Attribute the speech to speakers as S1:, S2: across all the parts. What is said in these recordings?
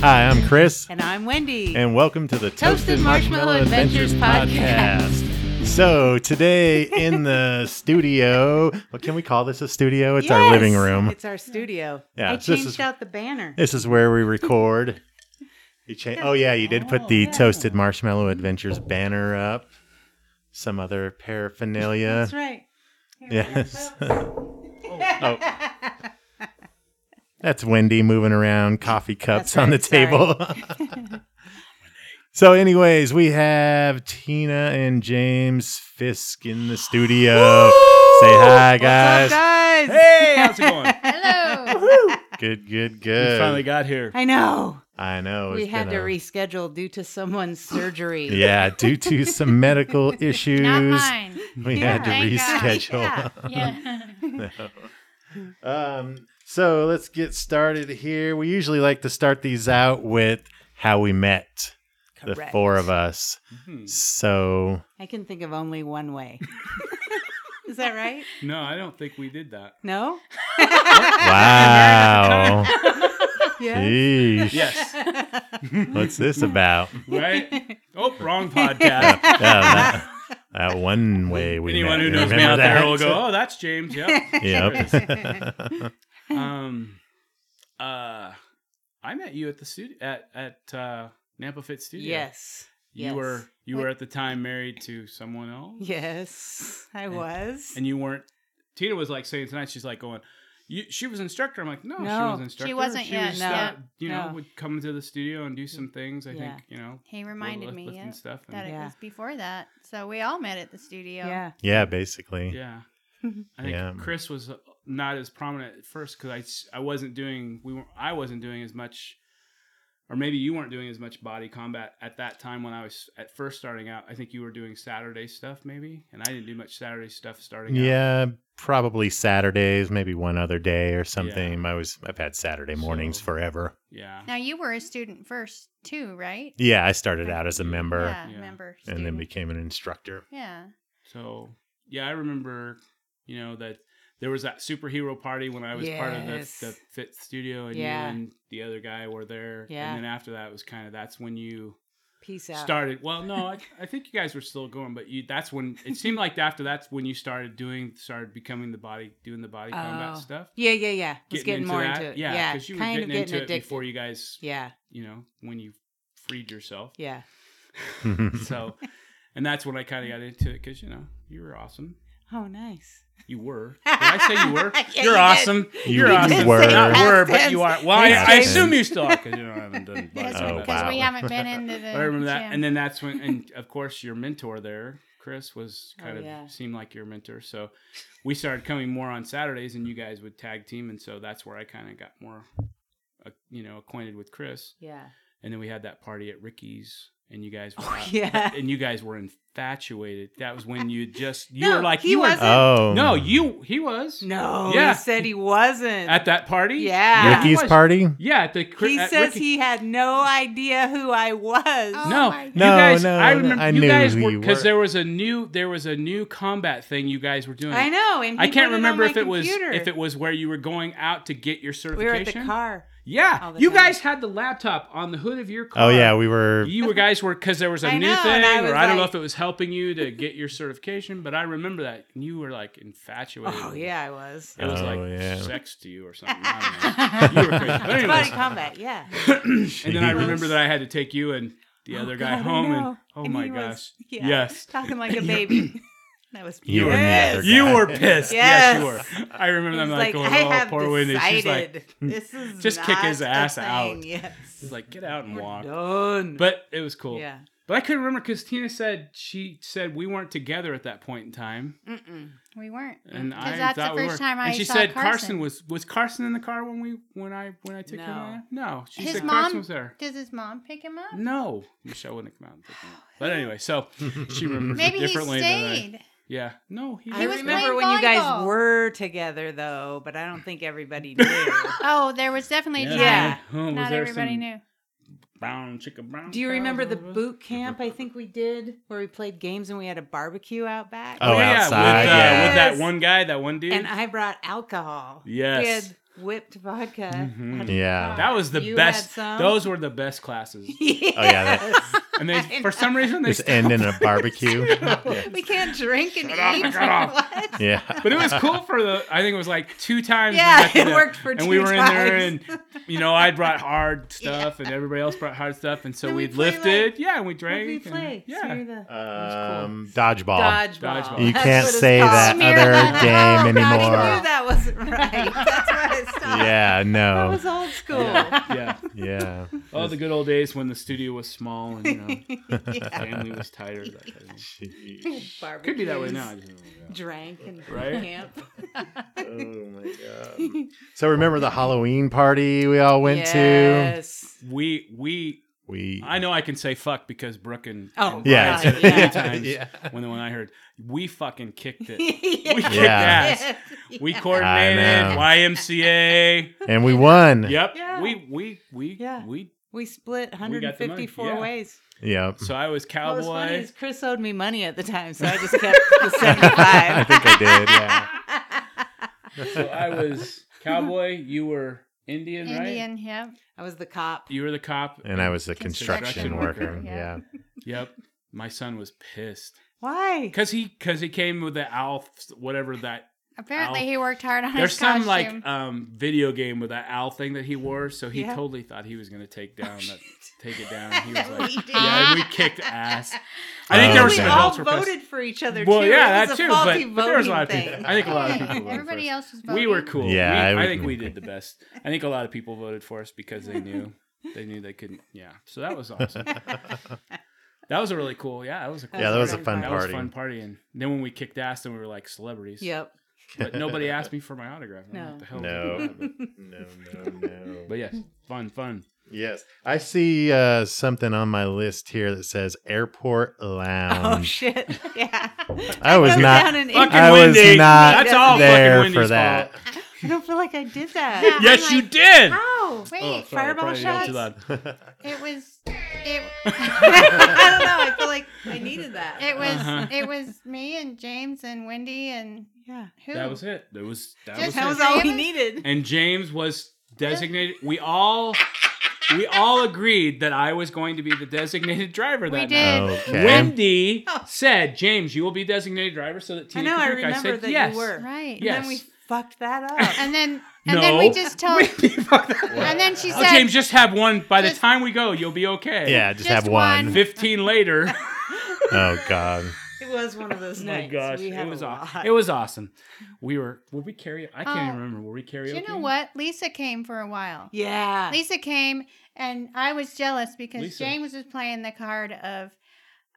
S1: Hi, I'm Chris,
S2: And I'm Wendy.
S1: and welcome to the Toasted,
S2: Toasted
S1: Marshmallow,
S2: Marshmallow
S1: Adventures,
S2: Adventures
S1: podcast. So today in the studio, what can we call this? A studio? It's our
S2: Yes,
S1: living room.
S2: It's our studio.
S1: Yeah,
S2: I
S1: this is-
S2: changed out the banner.
S1: This is where we record. You cha- oh yeah, you did put the Toasted Marshmallow Adventures banner up. Some other paraphernalia.
S2: That's right. Here,
S1: Yes. oh. That's Wendy moving around coffee cups
S2: That's
S1: on the
S2: right,
S1: table. so, anyways, we have Tina and James Fisk in the studio. Say hi, guys.
S2: What's up, guys?
S3: Hey, how's it going?
S4: Hello.
S1: Good, good,
S3: We
S1: good.
S3: finally got here.
S2: I know.
S1: I know.
S2: we
S1: it's
S2: had
S1: been
S2: to
S1: a-
S2: reschedule due to someone's surgery.
S1: Yeah, due to some medical issues,
S4: Not mine.
S1: we had to
S4: thank God.
S1: reschedule.
S2: Yeah.
S4: Yeah.
S1: Um, so let's get started here. We usually like to start these out with how we met, the
S2: Correct.
S1: four of us.
S3: Mhm.
S1: So
S2: I can think of only one way. is that right?
S3: No, I don't think we did that.
S2: No?
S1: wow,
S2: Yeah.
S1: Yeesh.
S3: Yes.
S1: what's this about?
S3: Right? Oh, wrong podcast.
S1: Yeah, that, that one way we
S3: Anyone
S1: met.
S3: who
S1: You
S3: knows me
S1: remember
S3: out there
S1: that?
S3: will go, "Oh, that's James." Yeah.
S1: Yep.
S3: Um, uh, I met you at the studio at at uh, Nampa Fit Studio.
S2: yes.
S3: You
S2: yes.
S3: were you
S2: What-
S3: were at the time married to someone else,
S2: Yes, I was.
S3: and you weren't. Tina was like saying tonight, she's like going. You, she was instructor. I'm like, no, she
S2: No.
S3: was instructor.
S4: wasn't
S3: She
S4: yet,
S3: was,
S2: no.
S3: uh, you know,
S2: No.
S3: would come to the studio and do some things. I
S2: Yeah.
S3: think, you know,
S4: he reminded me
S3: weightlifting
S4: yeah,
S3: stuff. and-
S4: that it
S2: Yeah.
S4: was before that. So we all met at the studio.
S2: yeah.
S1: yeah, basically.
S3: Yeah. I think
S1: Yeah.
S3: Chris was uh, not as prominent at first because I, s- I wasn't doing we weren't I wasn't doing as much, or maybe you weren't doing as much body combat at that time when I was at first starting out. I think you were doing Saturday stuff maybe, and I didn't do much Saturday stuff starting out.
S1: Yeah, probably Saturdays, maybe one other day or something. I was I've had Saturday mornings
S3: So-
S1: forever.
S3: yeah,
S4: Now you were a student first too, right?
S1: Yeah, I started out as a member
S4: Yeah,
S3: Yeah.
S4: member.
S1: and then
S4: student.
S1: became an instructor.
S4: Yeah.
S3: So yeah, I remember, you know that there was that superhero party when I was part of
S2: Yes.
S3: the, the Fit Studio, and
S2: Yeah.
S3: you and the other guy were there.
S2: Yeah.
S3: And then after that was kind of that's when you
S2: Peace out.
S3: started well no I, I think you guys were still going but you that's when it seemed like after that's when you started doing started becoming the body doing the body combat
S2: Oh.
S3: stuff
S2: Yeah, yeah, yeah. Was getting, more
S3: that.
S2: into it.
S3: yeah because you were
S2: kind
S3: getting,
S2: of getting
S3: into
S2: addicted.
S3: it before you guys
S2: Yeah,
S3: you know when you freed yourself
S2: yeah.
S3: so and that's when i kind of got into it because you know you were awesome
S2: Oh, nice.
S3: you were. Did I say you were?
S2: Yeah, you
S3: You're
S2: did.
S3: awesome.
S1: You
S3: You're awesome.
S1: were.
S3: Not were, but
S2: Past
S3: you are.
S2: tense.
S3: Well, I,
S1: Past
S3: I
S1: tense.
S3: assume you still are because you know I haven't done. body
S4: That's
S1: Oh,
S3: combat.
S4: because we
S1: wow.
S4: haven't been into the
S3: I remember that.
S4: gym.
S3: And then that's when, and of course, your mentor there, Chris, was
S2: Oh,
S3: kind of
S2: yeah.
S3: seemed like your mentor. So we started coming more on Saturdays, and you guys would tag team, and so that's where I kind of got more, uh, you know, acquainted with Chris.
S2: Yeah.
S3: And then we had that party at Ricky's, and you guys were,
S2: Oh,
S3: out- uh,
S2: yeah.
S3: and you guys were infatuated. That was when you just you
S2: No,
S3: were like
S2: he
S3: you were
S2: wasn't.
S1: Oh
S3: no you he was
S2: No,
S3: Yeah.
S2: he said he wasn't.
S3: at that party
S2: Yeah.
S3: he
S1: Ricky's
S3: was.
S1: party?
S3: yeah at the Chri-
S2: he
S3: at
S2: says
S3: Ricky-
S2: he had no idea who I was.
S4: Oh
S3: no,
S4: my
S3: you
S1: No,
S3: guys,
S1: no,
S3: I
S1: no,
S3: remember
S1: I
S3: you
S1: knew
S3: guys
S1: who
S3: were
S1: you
S3: because
S1: were.
S3: there was a new there was a new combat thing you guys were doing.
S2: I know, and he
S3: I can't
S2: put it on
S3: remember
S2: my
S3: if it was
S2: computer.
S3: if it was where you were going out to get your
S2: we were at the
S3: certification.
S2: car. all
S3: Yeah,
S2: the
S3: you
S2: time.
S3: guys had the laptop on the hood of your car.
S1: Oh yeah, we were
S3: you were guys were because there was a
S2: I
S3: new
S2: know,
S3: thing,
S2: and I was
S3: or I don't know
S2: like-
S3: if it was helping you to get your certification, but I remember that and you were like infatuated.
S2: Oh
S3: with it.
S2: yeah, I was.
S3: it was
S1: Oh,
S3: like
S1: yeah.
S3: sex to you or something. I don't know. you were crazy. But
S2: It's
S3: anyways,
S2: body combat. Yeah.
S3: and then I
S1: Jeez.
S3: remember that I had to take you and the
S2: Oh,
S3: other guy
S2: God, I
S3: home, and
S2: know.
S3: oh
S2: And
S3: my
S2: he was-
S3: gosh,
S2: yeah,
S3: yes,
S2: Talking like a baby. that was
S1: You
S2: beautiful.
S1: were
S2: Yes.
S1: the other
S3: You
S1: guy.
S3: were pissed. Yes, you
S2: Yes.
S3: were. I remember
S2: He's
S3: them like,
S2: like,
S3: going,
S2: I
S3: "Oh,
S2: have
S3: poor Wendy."
S2: decided
S3: She's like,
S2: this is
S3: "Just kick his
S2: not a
S3: ass
S2: thing."
S3: out."
S2: Yes.
S3: she's like, "Get out and
S2: We're
S3: walk."
S2: done.
S3: But it was cool.
S2: yeah.
S3: But I couldn't remember because Tina said she said we weren't together at that point in time,
S2: Mm-mm.
S4: we weren't.
S3: and
S2: Mm.
S3: I
S4: that's the
S3: thought we
S4: first
S3: were.
S4: time I
S3: and she
S4: saw
S3: said
S4: Carson.
S3: was was Carson in the car when we when I when I took him
S2: No.
S3: out? No, she
S4: His
S3: said
S4: mom-
S3: Carson was there.
S4: Does his mom pick him up?
S3: No, Michelle wouldn't come out. And pick him up. But anyway, so she remembers
S4: Maybe
S3: it
S4: he
S3: differently than I.
S4: stayed.
S3: Yeah, no, he,
S2: I
S4: was
S3: didn't.
S2: remember
S4: playing
S2: when you guys
S4: volleyball.
S2: were together though, but I don't think everybody knew.
S4: Oh, there was definitely
S3: Yeah.
S4: time.
S2: Yeah.
S3: Oh, was
S4: Not
S3: there
S4: everybody
S3: some
S4: knew.
S3: Brown chicken brown.
S2: Do you remember the
S3: cows?
S2: boot camp I think we did where we played games and we had a barbecue out back?
S1: Oh,
S3: yeah,
S1: outside,
S3: with, uh,
S1: yeah.
S3: with that
S2: Yes.
S3: one guy, that one dude.
S2: And I brought alcohol.
S3: yes.
S2: Did whipped vodka.
S3: Mhm.
S2: out of
S1: Yeah.
S2: the
S3: That was the
S2: You
S3: best.
S2: had some?
S3: Those were the best classes.
S2: yes.
S1: yeah, that-
S3: And they,
S2: I
S3: for some reason, they
S1: Just end in a barbecue. yeah.
S4: We can't drink and
S3: Shut up,
S4: eat.
S3: shut up.
S4: What?
S1: Yeah.
S3: But it was cool for the. I think it was like two times. we
S2: Yeah,
S3: got to
S2: it
S3: the-
S2: worked for
S3: and
S2: two
S3: we were in there,
S2: times.
S3: and you know, I brought hard stuff, and everybody else brought hard stuff, and so
S2: Then we
S3: we'd
S2: play,
S3: lifted.
S2: like-
S3: yeah, and we
S2: What'd
S3: drank.
S2: we
S3: and-
S2: play?
S3: yeah.
S2: Smear the-
S1: Um, Uh, dodgeball.
S2: Dodgeball.
S3: Dodgeball.
S1: You
S2: That's
S1: can't
S2: what it's
S1: say
S2: called.
S1: that
S4: Smear
S1: other
S4: that.
S1: game
S2: I knew
S1: anymore.
S2: that wasn't right. That's why I stopped.
S1: Yeah,
S2: That
S1: no.
S2: was old school.
S3: Yeah, yeah.
S1: Yeah.
S3: Oh, the good old days when the studio was small and you know,
S2: Yeah.
S3: family was tighter. That kind of thing.
S2: Barbecues,
S3: Could be that way now. I just don't know.
S2: Drank and
S3: Right?
S2: camp.
S1: Oh my god. So remember the Halloween party we all went to?
S2: yes.
S3: We we
S1: We
S3: I know I can say fuck because Brooke and
S2: Oh,
S3: and Brian
S1: Yeah.
S2: Right,
S3: said it many times
S1: yeah.
S3: when the one I heard we fucking kicked it.
S2: yes.
S3: We kicked
S1: Yeah.
S3: ass. We
S2: Yes.
S3: coordinated
S1: I know.
S3: YMCA.
S1: And we won.
S3: Yep.
S2: Yeah.
S3: We we we
S2: Yeah.
S3: we.
S2: We split
S3: We got the money,
S2: 154
S3: yeah.
S2: ways.
S1: Yep.
S3: So I was
S2: What was funny
S3: cowboy.
S2: is Chris owed me money at the time, so I just kept the 75.
S1: I think I did, yeah.
S3: so I was cowboy. You were Indian, right?
S4: Indian, yep.
S2: I was the cop.
S3: You were the cop.
S1: And I was a construction,
S3: Construction
S1: worker.
S4: worker,
S1: Yeah.
S4: yeah.
S3: Yep. My son was pissed
S2: Why?
S3: because he because he came with the owl whatever that
S4: Apparently,
S3: Ow.
S4: he worked hard on
S3: There's
S4: his
S3: some
S4: costume.
S3: like um, video game with that owl thing that he wore, so he
S2: Yeah. Oh,
S3: totally thought he was gonna take down that, take it down. He was
S4: We
S3: like,
S4: did.
S3: yeah, and we kicked ass. I
S1: Oh,
S3: think there
S2: Well, we
S3: was
S1: okay.
S3: some
S2: all
S3: adults were pissed.
S2: voted for each other
S3: Well,
S2: too.
S3: yeah,
S2: it
S3: that
S2: was
S3: too,
S2: a
S3: but-
S2: faulty
S3: but there was a lot of
S2: voting
S3: people-
S2: thing.
S3: I think a lot of people voted.
S4: Everybody
S3: first.
S4: else was voting.
S3: We were cool.
S1: Yeah,
S3: Yeah,
S1: I
S3: I,
S1: would-
S3: think we did the best. I think a lot of people voted for us because they knew they knew they couldn't. Yeah, so that was awesome. that was a really cool. Yeah, that was a cool
S1: Yeah, that was a
S3: party.
S1: fun
S3: that
S1: party.
S3: was a fun party, and then when we kicked ass, then we were like celebrities.
S2: Yep.
S3: but nobody asked me for my autograph. I don't know
S2: No.
S3: what the hell
S1: No.
S3: was going on,
S1: No, no, no.
S3: But yes, fun, fun.
S1: Yes. I see uh, something on my list here that says airport
S2: Oh
S1: lounge.
S2: shit. Yeah.
S1: Um, I was
S2: wrote
S1: not
S2: down an
S3: Fucking
S1: I was
S3: Wendy.
S1: not
S3: That's all
S1: there
S3: fucking
S1: for
S3: Wendy's
S1: that.
S3: fault.
S2: I don't feel like I did that.
S4: Yeah.
S3: Yes,
S4: I'm
S3: you
S4: like-
S3: did.
S2: How?
S4: Wait,
S3: Oh, sorry,
S2: fireball
S3: probably yelled Too
S2: shots?
S3: loud.
S4: it was it,
S2: I don't know. I feel like I needed that.
S4: it was
S3: Uh-huh.
S4: it was me and James and Wendy and
S2: yeah.
S4: who?
S3: That was it. That was that
S4: Just
S3: was,
S2: That
S3: it.
S2: was all we
S4: James?
S2: needed.
S3: And James was designated. We all we all agreed that I was going to be the designated driver
S4: We
S3: that
S4: did.
S3: night.
S1: Okay.
S3: Wendy
S2: Oh.
S3: said, "James, you will be designated driver so that
S2: I
S3: Tina
S2: know.
S3: can
S2: I
S3: work."
S2: remember
S3: said,
S2: that
S3: yes.
S2: you were.
S4: right.
S3: Yeah.
S2: And then we
S3: Yes.
S2: fucked that up.
S4: And then and then we
S3: No.
S4: just told
S3: Fuck that.
S4: and then she
S3: Oh,
S4: said
S3: James, just have one. By the
S4: Just-
S3: time we go, you'll be okay.
S1: Yeah, just,
S4: Just
S1: have one.
S4: one.
S3: Fifteen later.
S1: Oh god.
S2: it was one of those
S3: Oh
S2: nights.
S3: my gosh,
S2: we
S3: it
S2: had
S3: was
S2: a
S3: awesome.
S2: lot. Uh,
S3: It was awesome. We were. Were we karaoke? I can't
S4: Oh.
S3: even remember. Were we karaoke?
S4: Do you know what? Lisa came for a while.
S2: yeah.
S4: Lisa came, and I was jealous because
S3: Lisa.
S4: James was playing the card of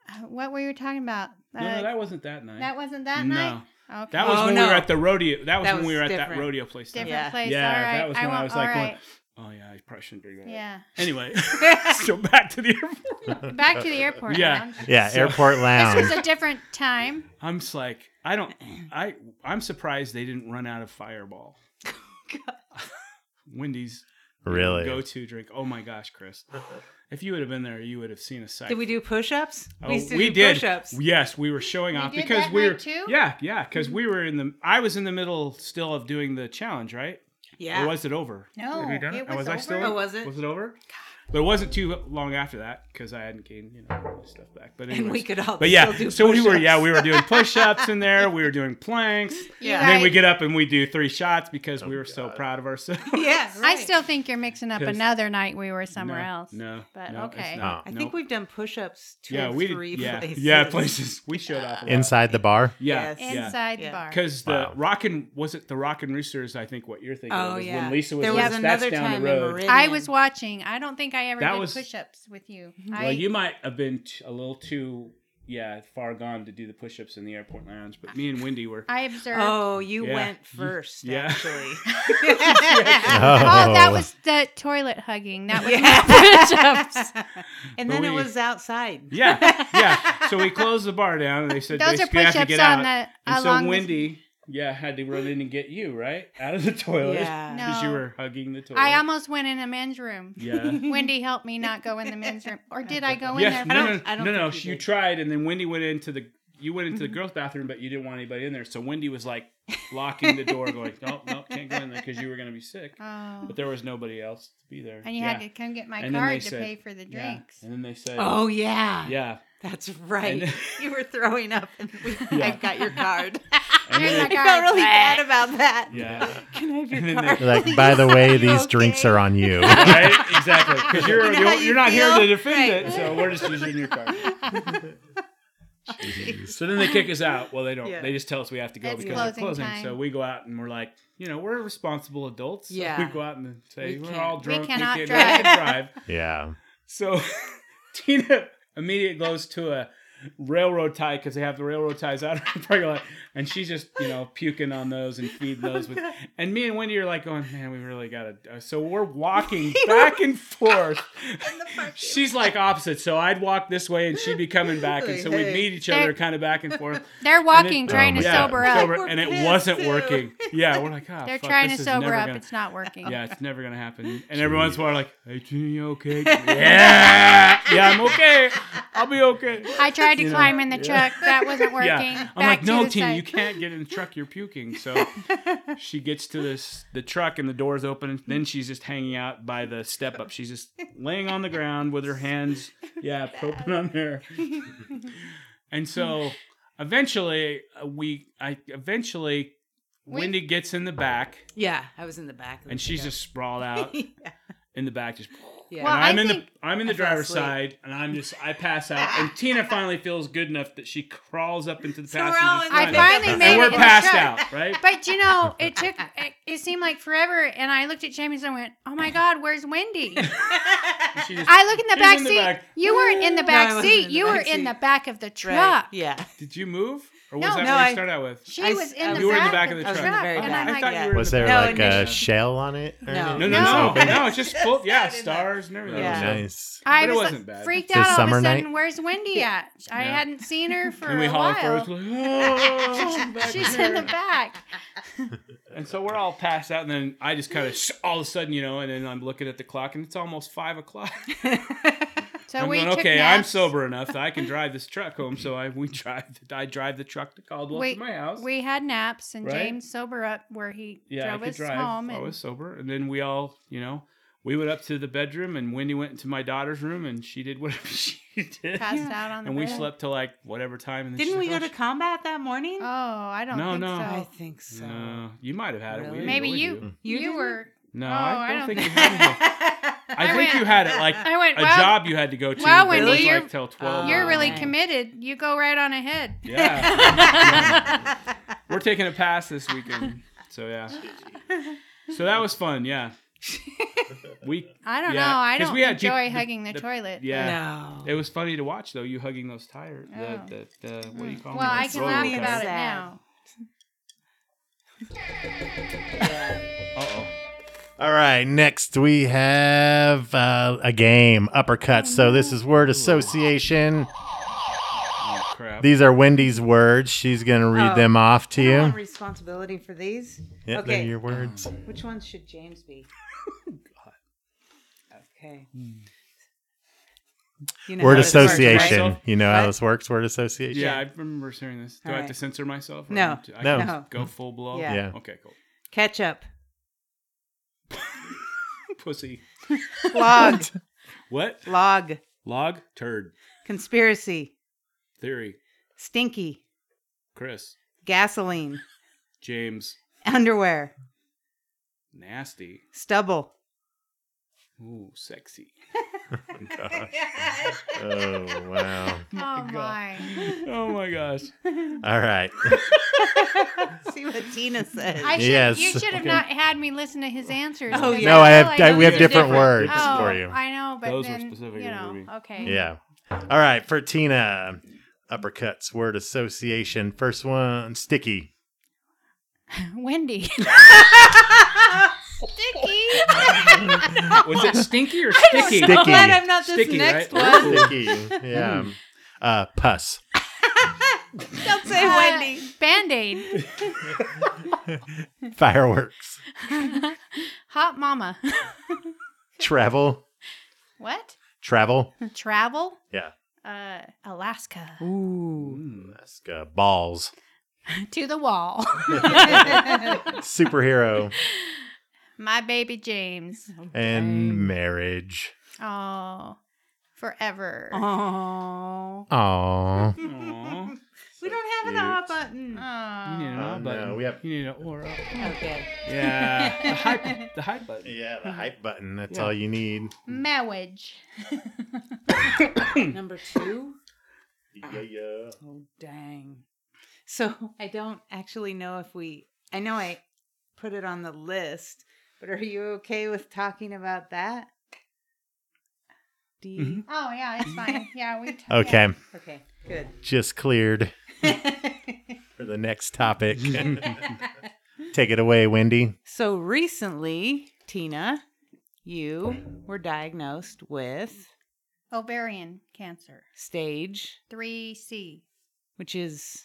S4: uh, what were you talking about? Uh,
S3: No, no, that wasn't that night.
S4: that wasn't that
S3: no.
S4: night. Okay,
S3: That was
S2: Uh, Oh,
S3: when we were
S2: no.
S3: at the rodeo. That was
S2: That
S3: when we
S2: was
S3: were at that
S2: different.
S3: wasn't that rodeo place.
S4: different
S2: Yeah.
S4: place.
S3: Yeah,
S4: all right.
S3: that was
S4: I
S3: when I
S4: won't-
S3: was like
S4: all
S3: going,
S4: right.
S3: Oh yeah, I probably shouldn't do that.
S4: yeah.
S3: Anyway, so back to the airport.
S4: Back to the airport.
S3: Yeah.
S4: Lounge.
S1: Yeah,
S3: So-
S1: airport
S4: This
S1: lounge.
S4: was a different time.
S3: I'm just like, I don't, I, I'm surprised they didn't run out of Fireball. Wendy's
S1: really.
S3: go-to drink. Oh my gosh, Chris, if you would have been there, you would have seen a sight.
S2: Did we do push-ups?
S3: Oh,
S2: we used to do push-ups.
S3: Yes, we were showing off
S4: did
S3: because
S4: that
S3: we
S4: night
S3: were.
S4: too?
S3: Yeah, yeah, because
S2: Mm-hmm.
S3: we were in the. I was in the middle still of doing the challenge, right?
S2: yeah.
S3: Or was it over?
S4: No,
S3: Have you done it?
S4: it was
S3: was I
S4: over.
S3: still?
S2: Oh, was it?
S3: Was it over? But it wasn't too long after that because I hadn't gained you know stuff back. But anyways.
S2: and we could all
S3: but yeah,
S2: still do
S3: so we were
S2: push-ups.
S3: yeah we were doing push-ups in there. We were doing planks.
S2: Yeah.
S3: And then we
S4: Right.
S3: get up and we do three shots because we were so proud of ourselves.
S2: yeah,
S4: I
S2: right.
S4: still think you're mixing up
S3: 'Cause-
S4: another night we were somewhere
S3: no,
S4: else.
S3: No,
S4: But
S3: no,
S4: okay.
S3: It's not.
S2: I
S3: No.
S2: think we've done push-ups two
S3: yeah
S2: or
S3: we
S2: three
S3: did, yeah
S2: places.
S3: yeah places we showed off a lot.
S1: Inside the bar.
S3: Yeah,
S2: Yes.
S3: yeah.
S4: Inside
S2: Yeah.
S4: the bar.
S3: Because the
S1: Wow.
S3: Rockin' was it the Rockin' Roosters? I think what you're thinking.
S2: Oh
S3: was
S2: yeah.
S3: When Lisa was
S2: there
S3: with
S2: was
S3: us,
S2: another
S3: that's
S2: time
S3: down the
S2: in
S3: road.
S2: Meridian.
S4: I was watching. I don't think I ever
S3: That
S4: did
S3: was-
S4: push-ups with you. I,
S3: well, you might have been t- a little too yeah far gone to do the push-ups in the airport lounge, but me and Wendy were.
S4: I observed. Oh,
S2: Oh, you
S3: Yeah.
S2: went
S3: You-
S2: first,
S3: yeah.
S2: actually.
S4: that
S1: Oh.
S4: was the toilet hugging. That was
S2: Yeah.
S4: not push-ups.
S2: and
S3: But
S2: then it
S3: we-
S2: was outside.
S3: Yeah, yeah. So we closed the bar down, and they said
S4: Those are
S3: basically you have to
S4: push-ups
S3: get
S4: on
S3: out.
S4: the
S3: and
S4: along
S3: so
S4: the-
S3: Wendy, yeah, had to run in and get you right out of the toilet
S2: Yeah.
S4: No.
S3: because you were hugging the toilet.
S4: I almost went in a men's room.
S3: yeah.
S4: Wendy helped me not go in the men's room, or did I go Oh, in
S3: Yes,
S4: there?
S3: no,
S2: I
S3: no,
S2: don't- I don't
S3: no, no,
S2: think
S3: she-
S2: you
S3: You
S2: did.
S3: tried, and then Wendy went into the. You
S4: Mm-hmm.
S3: went into the girls' bathroom, but you didn't want anybody in there. So Wendy was like locking the door, going, "No, no, can't go in there." because you were going to be sick,
S4: Oh.
S3: but there was nobody else to be there.
S4: And you
S3: yeah.
S4: had to come get my
S3: And then they
S4: card to
S3: said-
S4: pay for the
S3: Yeah.
S4: drinks.
S3: And then they said,
S2: Oh yeah,
S3: yeah.
S2: that's right.
S3: And-
S2: you were throwing up, and we, I
S3: Yeah.
S2: got your card.
S3: And
S4: Here's
S3: then
S4: my
S2: I
S3: they-
S2: felt
S4: card.
S2: really bad about that.
S3: yeah.
S2: Can I have your
S3: And then they-
S2: card?
S1: They're like, by the way, these drinks are on you.
S3: right? Exactly. Because you're,
S2: You know
S3: you
S2: how
S3: are
S2: you
S3: you are not here
S2: feel?
S3: to defend
S2: Right.
S3: it, so we're just using your card.
S1: Jeez.
S3: So then they kick us out. Well, they don't.
S2: Yeah.
S3: They just tell us we have to go
S4: It's
S3: because
S4: closing
S3: they're closing.
S4: time.
S3: So we go out and we're like, you know, we're responsible adults. So
S2: Yeah.
S3: we go out and say
S2: We
S3: we are
S2: can't-
S3: all
S2: we
S3: drunk.
S4: cannot
S3: can't-
S4: drive."
S3: can't drive.
S1: Yeah.
S3: So Tina immediately goes to a railroad tie because they have the railroad ties out in the parking lot, and she's just you know puking on those and feeding those with. And me and Wendy are like going, man, we really gotta. uh," So we're walking back and forth. She's like opposite, so I'd walk this way and she'd be coming back, and so we'd
S2: Hey.
S3: meet each
S4: They're-
S3: other kind of back and forth.
S4: They're walking,
S1: Oh
S4: trying to
S1: my God.
S4: sober up.
S2: We're
S3: and it
S2: pissed,
S3: wasn't
S2: too.
S3: working. Yeah, we're like, ah,
S4: They're
S3: fuck,
S4: trying
S3: this
S4: to
S3: is never
S4: sober up.
S3: gonna-
S4: It's not working.
S3: yeah, it's never gonna happen. And everyone's more like, "Hey, Tina, you okay? yeah, yeah, I'm okay. I'll be okay."
S4: I tried to
S3: You know,
S4: climb in the
S3: yeah.
S4: truck. That wasn't working.
S3: Yeah, I'm
S4: Back
S3: like,
S4: to
S3: "No,
S4: the
S3: Tina,
S4: side."
S3: you can't get in the truck. You're puking." So she gets to this the truck, and the door's open. And then she's just hanging out by the step up. She's just laying on the ground with her hands, yeah, poking on there. and so eventually, uh, we, I eventually.
S4: We-
S3: Wendy gets in the back
S2: Yeah, I was in the back,
S3: and she's just sprawled out
S2: yeah.
S3: in the back, just.
S2: Yeah.
S3: And
S4: Well, I
S3: I'm in the
S4: think-
S3: I'm in the
S2: I fell
S3: driver's
S2: asleep.
S3: side, and I'm just I pass out, and Tina finally feels good enough that she crawls up into the
S2: So we're all
S3: passenger
S2: in
S3: side,
S4: I finally made
S3: and
S4: it.
S3: we're
S4: in the
S3: passed
S4: truck.
S3: out, right?
S4: But you know, it took. It, it seemed like forever, and I looked at James and I went, "Oh my God, where's Wendy?"
S3: And she just-
S4: I look in the
S3: She's
S4: back
S3: in the
S4: seat.
S3: back.
S4: You weren't in the
S2: No,
S4: back
S2: I wasn't
S4: seat.
S2: in the
S4: you
S2: back
S4: were in
S2: seat.
S4: the back of the
S2: Right.
S4: truck.
S2: Yeah.
S3: did you move, or was
S4: No,
S3: that
S2: no,
S3: where
S2: I-
S3: you started out with?
S4: She
S2: I
S4: was
S2: s-
S4: in
S2: I
S4: the,
S2: was- You were in
S4: back
S2: the
S3: back of the
S2: I was in
S3: truck.
S2: the very
S4: and
S2: back.
S4: I'm
S3: I
S4: like,
S3: thought you were-
S1: Was there
S2: No,
S1: like a
S2: initially-
S1: shell on it? or
S2: No.
S3: No,
S1: anything?
S3: no,
S4: No.
S3: no, no, It's just full, yeah,
S2: That's not in
S3: stars and everything.
S2: Yeah.
S1: Oh,
S3: So-
S1: Nice.
S4: I
S3: But it
S4: was
S3: wasn't bad.
S4: freaked
S1: It's a
S4: out all of a
S1: summer
S4: sudden.
S1: night.
S4: Where's Wendy at? I
S3: Yeah.
S4: hadn't seen her for
S3: And we
S4: a
S3: holler for
S4: while.
S3: her, it's like, "Oh, back
S4: She's
S3: here."
S4: in the back.
S3: And so we're all passed out, and then I just kind of all of a sudden, you know, and then I'm looking at the clock, and it's almost five o'clock.
S4: So
S3: I'm
S4: we
S3: going,
S4: took
S3: okay, I'm
S4: naps.
S3: sober enough that I can drive this truck home. So I we drive I drive the truck to Caldwell
S4: Wait,
S3: to my house.
S4: We had naps, and
S3: Right?
S4: James sober up where he
S3: yeah, I
S4: drove
S3: could
S4: us
S3: drive.
S4: home.
S3: I
S4: and
S3: was sober, and then we all, you know, we went up to the bedroom, and Wendy went into my daughter's room, and she did whatever she did,
S4: passed out on the
S3: and we
S4: bed.
S3: slept till like whatever time. And then
S2: Didn't we
S3: she's
S2: go
S3: like, "Oh,
S2: to combat that morning?
S4: Oh, I don't
S3: No,
S4: think
S3: no.
S2: I
S4: so.
S2: think so.
S3: "Oh, No, you might have had it. We
S2: Really?
S3: didn't
S4: Maybe
S3: go with
S4: you
S2: You
S4: you,
S2: didn't?
S4: were.
S3: No,
S4: Oh,
S3: I
S4: I
S3: don't
S4: don't
S3: think you
S4: think-
S3: had it. I
S4: I
S3: think
S4: went-
S3: you had it like
S4: I went.
S3: a
S4: Well,
S3: job you had to go to.
S4: Wow,
S3: but it
S4: Wendy,
S3: was
S4: you're-
S3: like till twelve.
S4: you're really
S2: Oh.
S4: committed. You go right on ahead.
S3: Yeah. We're taking a pass this weekend. So yeah. So that was fun, yeah. We
S4: I don't
S3: Yeah,
S4: know. I
S3: 'cause
S4: don't
S3: we had
S4: enjoy
S3: peop- the-
S4: hugging the,
S3: the-
S4: toilet.
S3: yeah.
S2: No.
S3: It was funny to watch though, you hugging those tires.
S4: Oh.
S3: The, the, the what do you call
S4: Well,
S3: them?
S4: I
S3: Those
S4: can
S3: roller
S4: laugh
S3: tires.
S4: about it
S2: Sad.
S4: now.
S3: Uh-oh.
S1: All right, next we have uh, a game, Uppercut. So this is word association.
S3: Oh crap.
S1: These are Wendy's words. She's going to read
S2: Oh.
S1: them off to
S2: I don't want
S1: you.
S2: responsibility for these.
S1: Yeah,
S2: okay.
S1: they're your words.
S2: Which one should James be? okay. Hmm. You know
S1: Word
S2: how this works, right?
S1: association.
S3: right?
S1: You know how
S2: What?
S1: this works, word association?
S3: yeah, I remember hearing this. Do I have to
S2: Alright.
S3: censor myself? or
S2: No.
S3: do I
S1: No.
S3: can
S2: No.
S3: Go full blow.
S2: Yeah.
S1: Yeah.
S3: Okay, cool.
S2: Ketchup.
S3: Pussy.
S2: Log.
S3: What?
S2: Log.
S3: Log? Turd.
S2: Conspiracy.
S3: Theory.
S2: Stinky.
S3: Chris.
S2: Gasoline.
S3: James.
S2: Underwear.
S3: Nasty.
S2: Stubble.
S3: Ooh, sexy.
S1: Oh, wow.
S4: Oh my!
S3: Oh my gosh.
S1: All right.
S2: See what Tina says.
S4: I should,
S1: Yes.
S4: You should have
S3: Okay.
S4: not had me listen to his answers.
S2: Oh,
S4: because
S2: yeah.
S1: No, I have
S4: feel like
S1: I, we have
S4: those are
S1: different,
S2: different.
S1: words
S4: Oh,
S1: for you.
S4: I know, but
S3: Those were
S4: then
S3: specific
S4: you
S3: to
S4: know,
S3: me.
S4: okay.
S1: Yeah. All right, for Tina, uppercuts, word association. First one, sticky.
S4: Wendy. Sticky.
S3: Was it stinky or sticky?
S1: know. Sticky.
S2: Glad I'm not this
S3: Sticky,
S2: next
S3: right?
S2: one.
S1: Sticky. Yeah.
S2: Mm.
S1: Uh, pus.
S2: Don't say
S4: Uh,
S2: Wendy.
S4: Band aid.
S1: Fireworks.
S4: Hot mama.
S1: Travel.
S4: what?
S1: Travel.
S4: Travel?
S1: Yeah.
S4: Uh, Alaska.
S2: Ooh.
S1: Alaska. Balls.
S4: to the wall.
S1: Superhero.
S4: My baby James.
S1: and marriage.
S4: Oh, forever.
S2: Uh-huh. Oh.
S1: Aw.
S3: Hmm. Aw.
S2: We don't have an aw
S4: Oh,
S2: button.
S3: You need an
S4: Aw.
S1: Uh,
S3: all button.
S1: no, we have-
S3: You need an or. up.
S2: Okay.
S3: Yeah. the hype. The hype button.
S1: Yeah, the hype button. That's
S3: Yeah.
S1: all you need.
S4: Marriage.
S2: Number two.
S1: Yeah, yeah.
S2: Oh, dang. So I don't actually know if we, I know I put it on the list, but are you okay with talking about that? Do you?
S3: Mhm.
S4: Oh yeah, it's fine. Yeah, we.
S1: Okay,
S2: Okay, good.
S1: just cleared for the next topic. Take it away, Wendy.
S2: so recently, Tina, you were diagnosed with
S4: Ovarian cancer,
S2: stage,
S4: three C.
S2: which is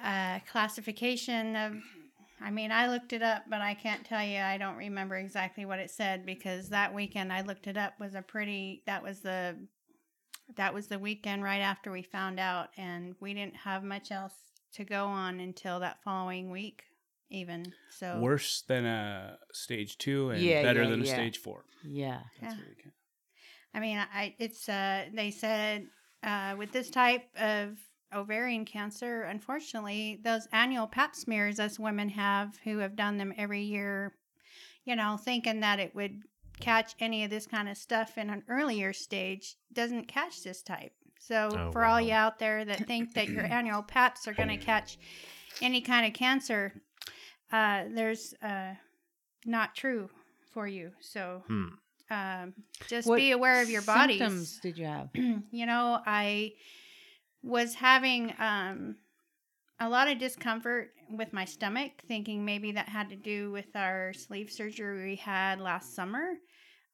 S4: Uh, classification of. I mean, I looked it up, but I can't tell you. I don't remember exactly what it said because that weekend I looked it up was a pretty. That was the. That was the weekend right after we found out, and we didn't have much else to go on until that following week, even. So
S3: Worse than a stage two and
S2: Yeah,
S3: better
S2: yeah,
S3: than a
S2: yeah.
S3: stage four.
S2: yeah.
S3: That's
S4: Yeah.
S3: what we can-
S4: I mean, I it's uh they said uh with this type of ovarian cancer, unfortunately, those annual pap smears us women have who have done them every year, you know, thinking that it would catch any of this kind of stuff in an earlier stage doesn't catch this type. So
S1: Oh,
S4: for all
S1: wow.
S4: you out there that think that your annual paps are going to catch any kind of cancer, uh there's uh not true for you. So
S1: Hmm.
S4: um, just
S2: What
S4: be aware of your body.
S2: Symptoms did you have?
S4: you know, I was having um, a lot of discomfort with my stomach, thinking maybe that had to do with our sleeve surgery we had last summer.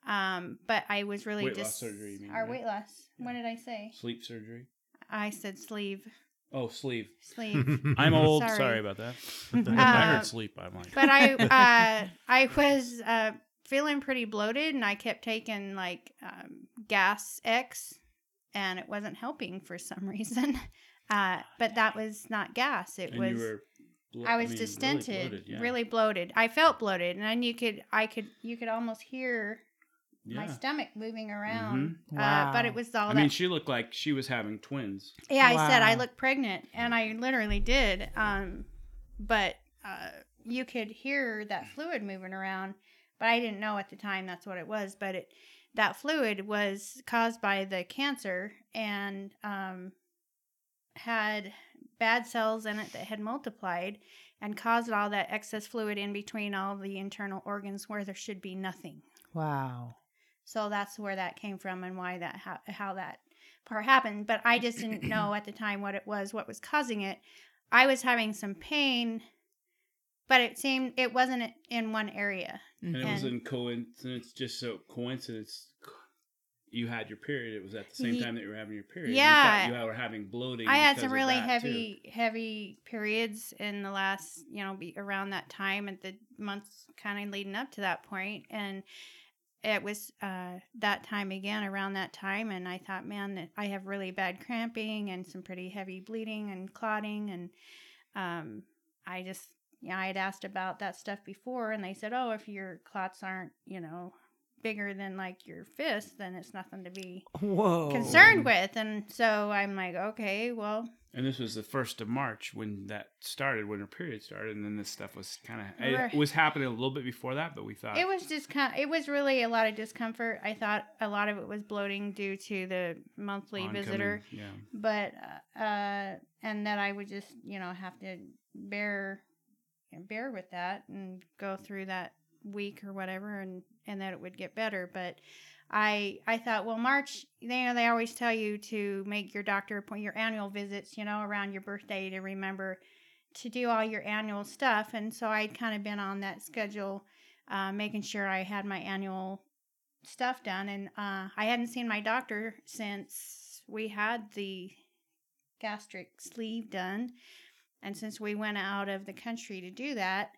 S4: Um, but I was really
S3: Weight
S4: dis-
S3: loss surgery, you mean,
S4: our
S3: right?
S4: weight loss. What
S3: Yeah.
S4: did I say?
S3: Sleep surgery.
S4: I said sleeve,
S3: Oh, sleeve.
S4: sleeve.
S3: I'm old.
S4: Sorry.
S3: Sorry, about that. I
S4: Uh,
S3: heard sleep. I'm like.
S4: but I uh, I was uh, feeling pretty bloated, and I kept taking like um, gas X, and it wasn't helping for some reason. Uh, but that was not gas; it
S3: and
S4: was
S3: you were. blo-
S4: I was
S3: mean, really
S4: distented, really
S3: bloated,
S4: bloated,
S3: yeah.
S4: I felt bloated, and then you could I could you could almost hear my
S3: Yeah. Mm-hmm.
S4: stomach moving around.
S2: Mhm.
S4: Uh, but
S2: Wow.
S4: it was all
S3: I
S4: that
S3: mean, she looked like she was having twins.
S4: Yeah, I said I
S2: Wow.
S4: look pregnant, and I literally did. Um, but uh, you could hear that fluid moving around, but I didn't know at the time that's what it was. But it, that fluid was caused by the cancer and um, had bad cells in it that had multiplied and caused all that excess fluid in between all the internal organs where there should be nothing.
S2: Wow.
S4: So that's where that came from and why that how, how that part happened. But I just didn't know at the time what it was, what was causing it. I was having some pain, but it seemed it wasn't in one area.
S3: And
S2: Mm-hmm.
S3: it was
S4: And-
S3: in coincidence, just so coincidence. You had your period. It was at the same
S4: Ye-
S3: time that you were having your period. You
S4: Yeah.
S3: thought You, were having bloating.
S4: I had
S3: because
S4: some
S3: of
S4: really
S3: that, too.
S4: heavy heavy periods in the last, you know, be around that time at the months kind of leading up to that point and it was uh, that time again around that time and i thought man that i have really bad cramping and some pretty heavy bleeding and clotting and um, i just yeah i had asked about that stuff before and they said oh if your clots aren't you know bigger than like your fist then it's nothing to be
S3: Oh,
S2: Whoa.
S4: concerned with and so i'm like okay well
S3: And this was the first of March when that started, when her period started, and then this stuff was kind of
S4: Right.
S3: it was happening a little bit before that, but we thought
S4: It was just kind. It was really a lot of discomfort. I thought a lot of it was bloating due to the monthly
S3: oncoming,
S4: visitor,
S3: Yeah,
S4: but uh, and that I would just you know have to bear bear with that and go through that week or whatever, and and that it would get better. But I I thought, well, March. You know, they always tell you to make your doctor appoint your annual visits. You know, around your birthday to remember to do all your annual stuff. And so I'd kind of been on that schedule, uh, making sure I had my annual stuff done. And uh, I hadn't seen my doctor since we had the gastric sleeve done. And since we went out of the country to do that,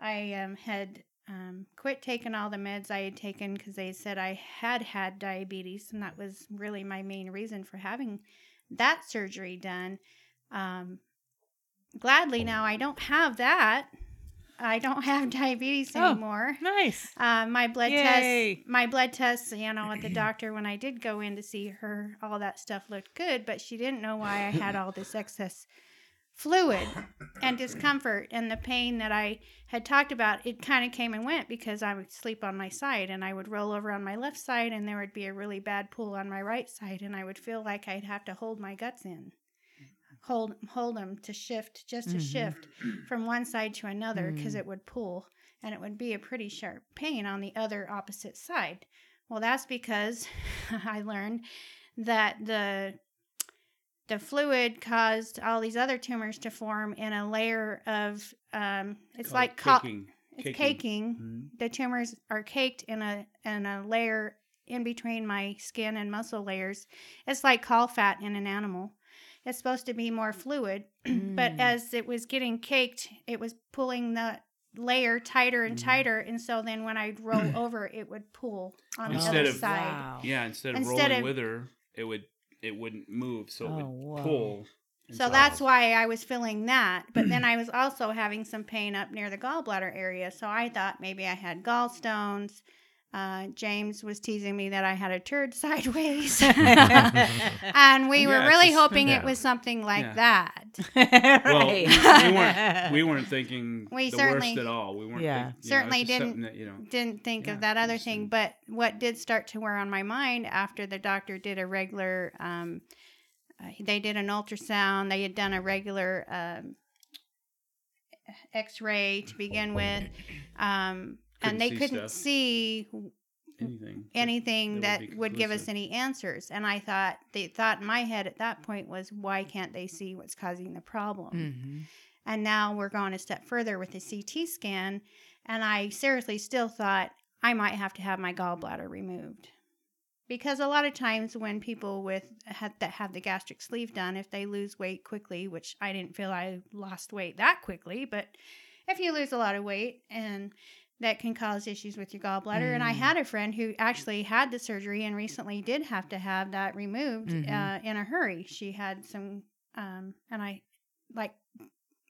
S4: I um, had um, quit taking all the meds I had taken because they said I had had diabetes, and that was really my main reason for having that surgery done. Um, gladly now I don't have that. I don't have diabetes
S2: Oh.
S4: anymore.
S2: Nice.
S4: Uh, my blood
S2: Yay.
S4: tests, my blood tests, you know, at the doctor when I did go in to see her, all that stuff looked good, but she didn't know why I had all this excess fluid and discomfort and the pain that I had talked about. It kind of came and went because I would sleep on my side and I would roll over on my left side and there would be a really bad pool on my right side and I would feel like I'd have to hold my guts in. Hold hold them to shift just to
S2: Mhm.
S4: shift from one side to another because
S2: Mm.
S4: it would pull and it would be a pretty sharp pain on the other opposite side. Well, that's because I learned that the the fluid caused all these other tumors to form in a layer of um, it's
S3: Called
S4: like ca-
S3: caking.
S4: it's
S3: caking.
S4: caking.
S3: Mm-hmm.
S4: The tumors are caked in a in a layer in between my skin and muscle layers. It's like caul fat in an animal. It's supposed to be more fluid, but
S2: Mm.
S4: as it was getting caked, it was pulling the layer tighter and
S3: Mm.
S4: tighter, and so then when I'd roll over, it would pull on the
S3: Instead
S4: other
S3: of-
S4: side.
S2: Wow.
S3: Yeah, instead of
S4: Instead
S3: rolling
S4: of-
S3: with her, it would it wouldn't move, so it would
S2: Oh, whoa.
S3: pull. and
S4: So that's why I was feeling that. But then I was also having some pain up near the gallbladder area. So I thought maybe I had gallstones. Uh, James was teasing me that I had a turd sideways. and we
S3: Oh, Yeah,
S4: were
S3: it's
S4: really
S3: just-
S4: hoping
S1: yeah.
S4: it was something like
S3: Yeah.
S4: that.
S3: Well,
S2: Right.
S3: we, we weren't we weren't thinking
S4: We
S3: the worst
S4: certainly-
S3: at all. We weren't.
S2: Yeah.
S3: think- you know,
S4: Certainly
S3: it's just
S4: didn't-
S3: something That, you know,
S4: Didn't think
S3: Yeah,
S4: of that other
S3: interesting.
S4: thing. But what did start to wear on my mind after the doctor did a regular, um, uh, they did an ultrasound, they had done a regular um, x ray to begin with. Um,
S3: Couldn't
S4: and they
S3: see
S4: couldn't
S3: stuff.
S4: see
S3: anything.
S4: anything
S3: That
S4: that
S3: would be
S4: would give us
S3: conclusive.
S4: any answers. And I thought, the thought in my head at that point was, why can't they see what's causing the problem?
S2: Mhm.
S4: And now we're going a step further with the CT scan. And I seriously still thought I might have to have my gallbladder removed. Because a lot of times when people with had, that have the gastric sleeve done, if they lose weight quickly, which I didn't feel I lost weight that quickly, but if you lose a lot of weight and that can cause issues with your gallbladder. And I
S2: Mm.
S4: had a friend who actually had the surgery and recently did have to have that removed
S2: Mhm.
S4: uh, in a hurry. She had some, um, and I like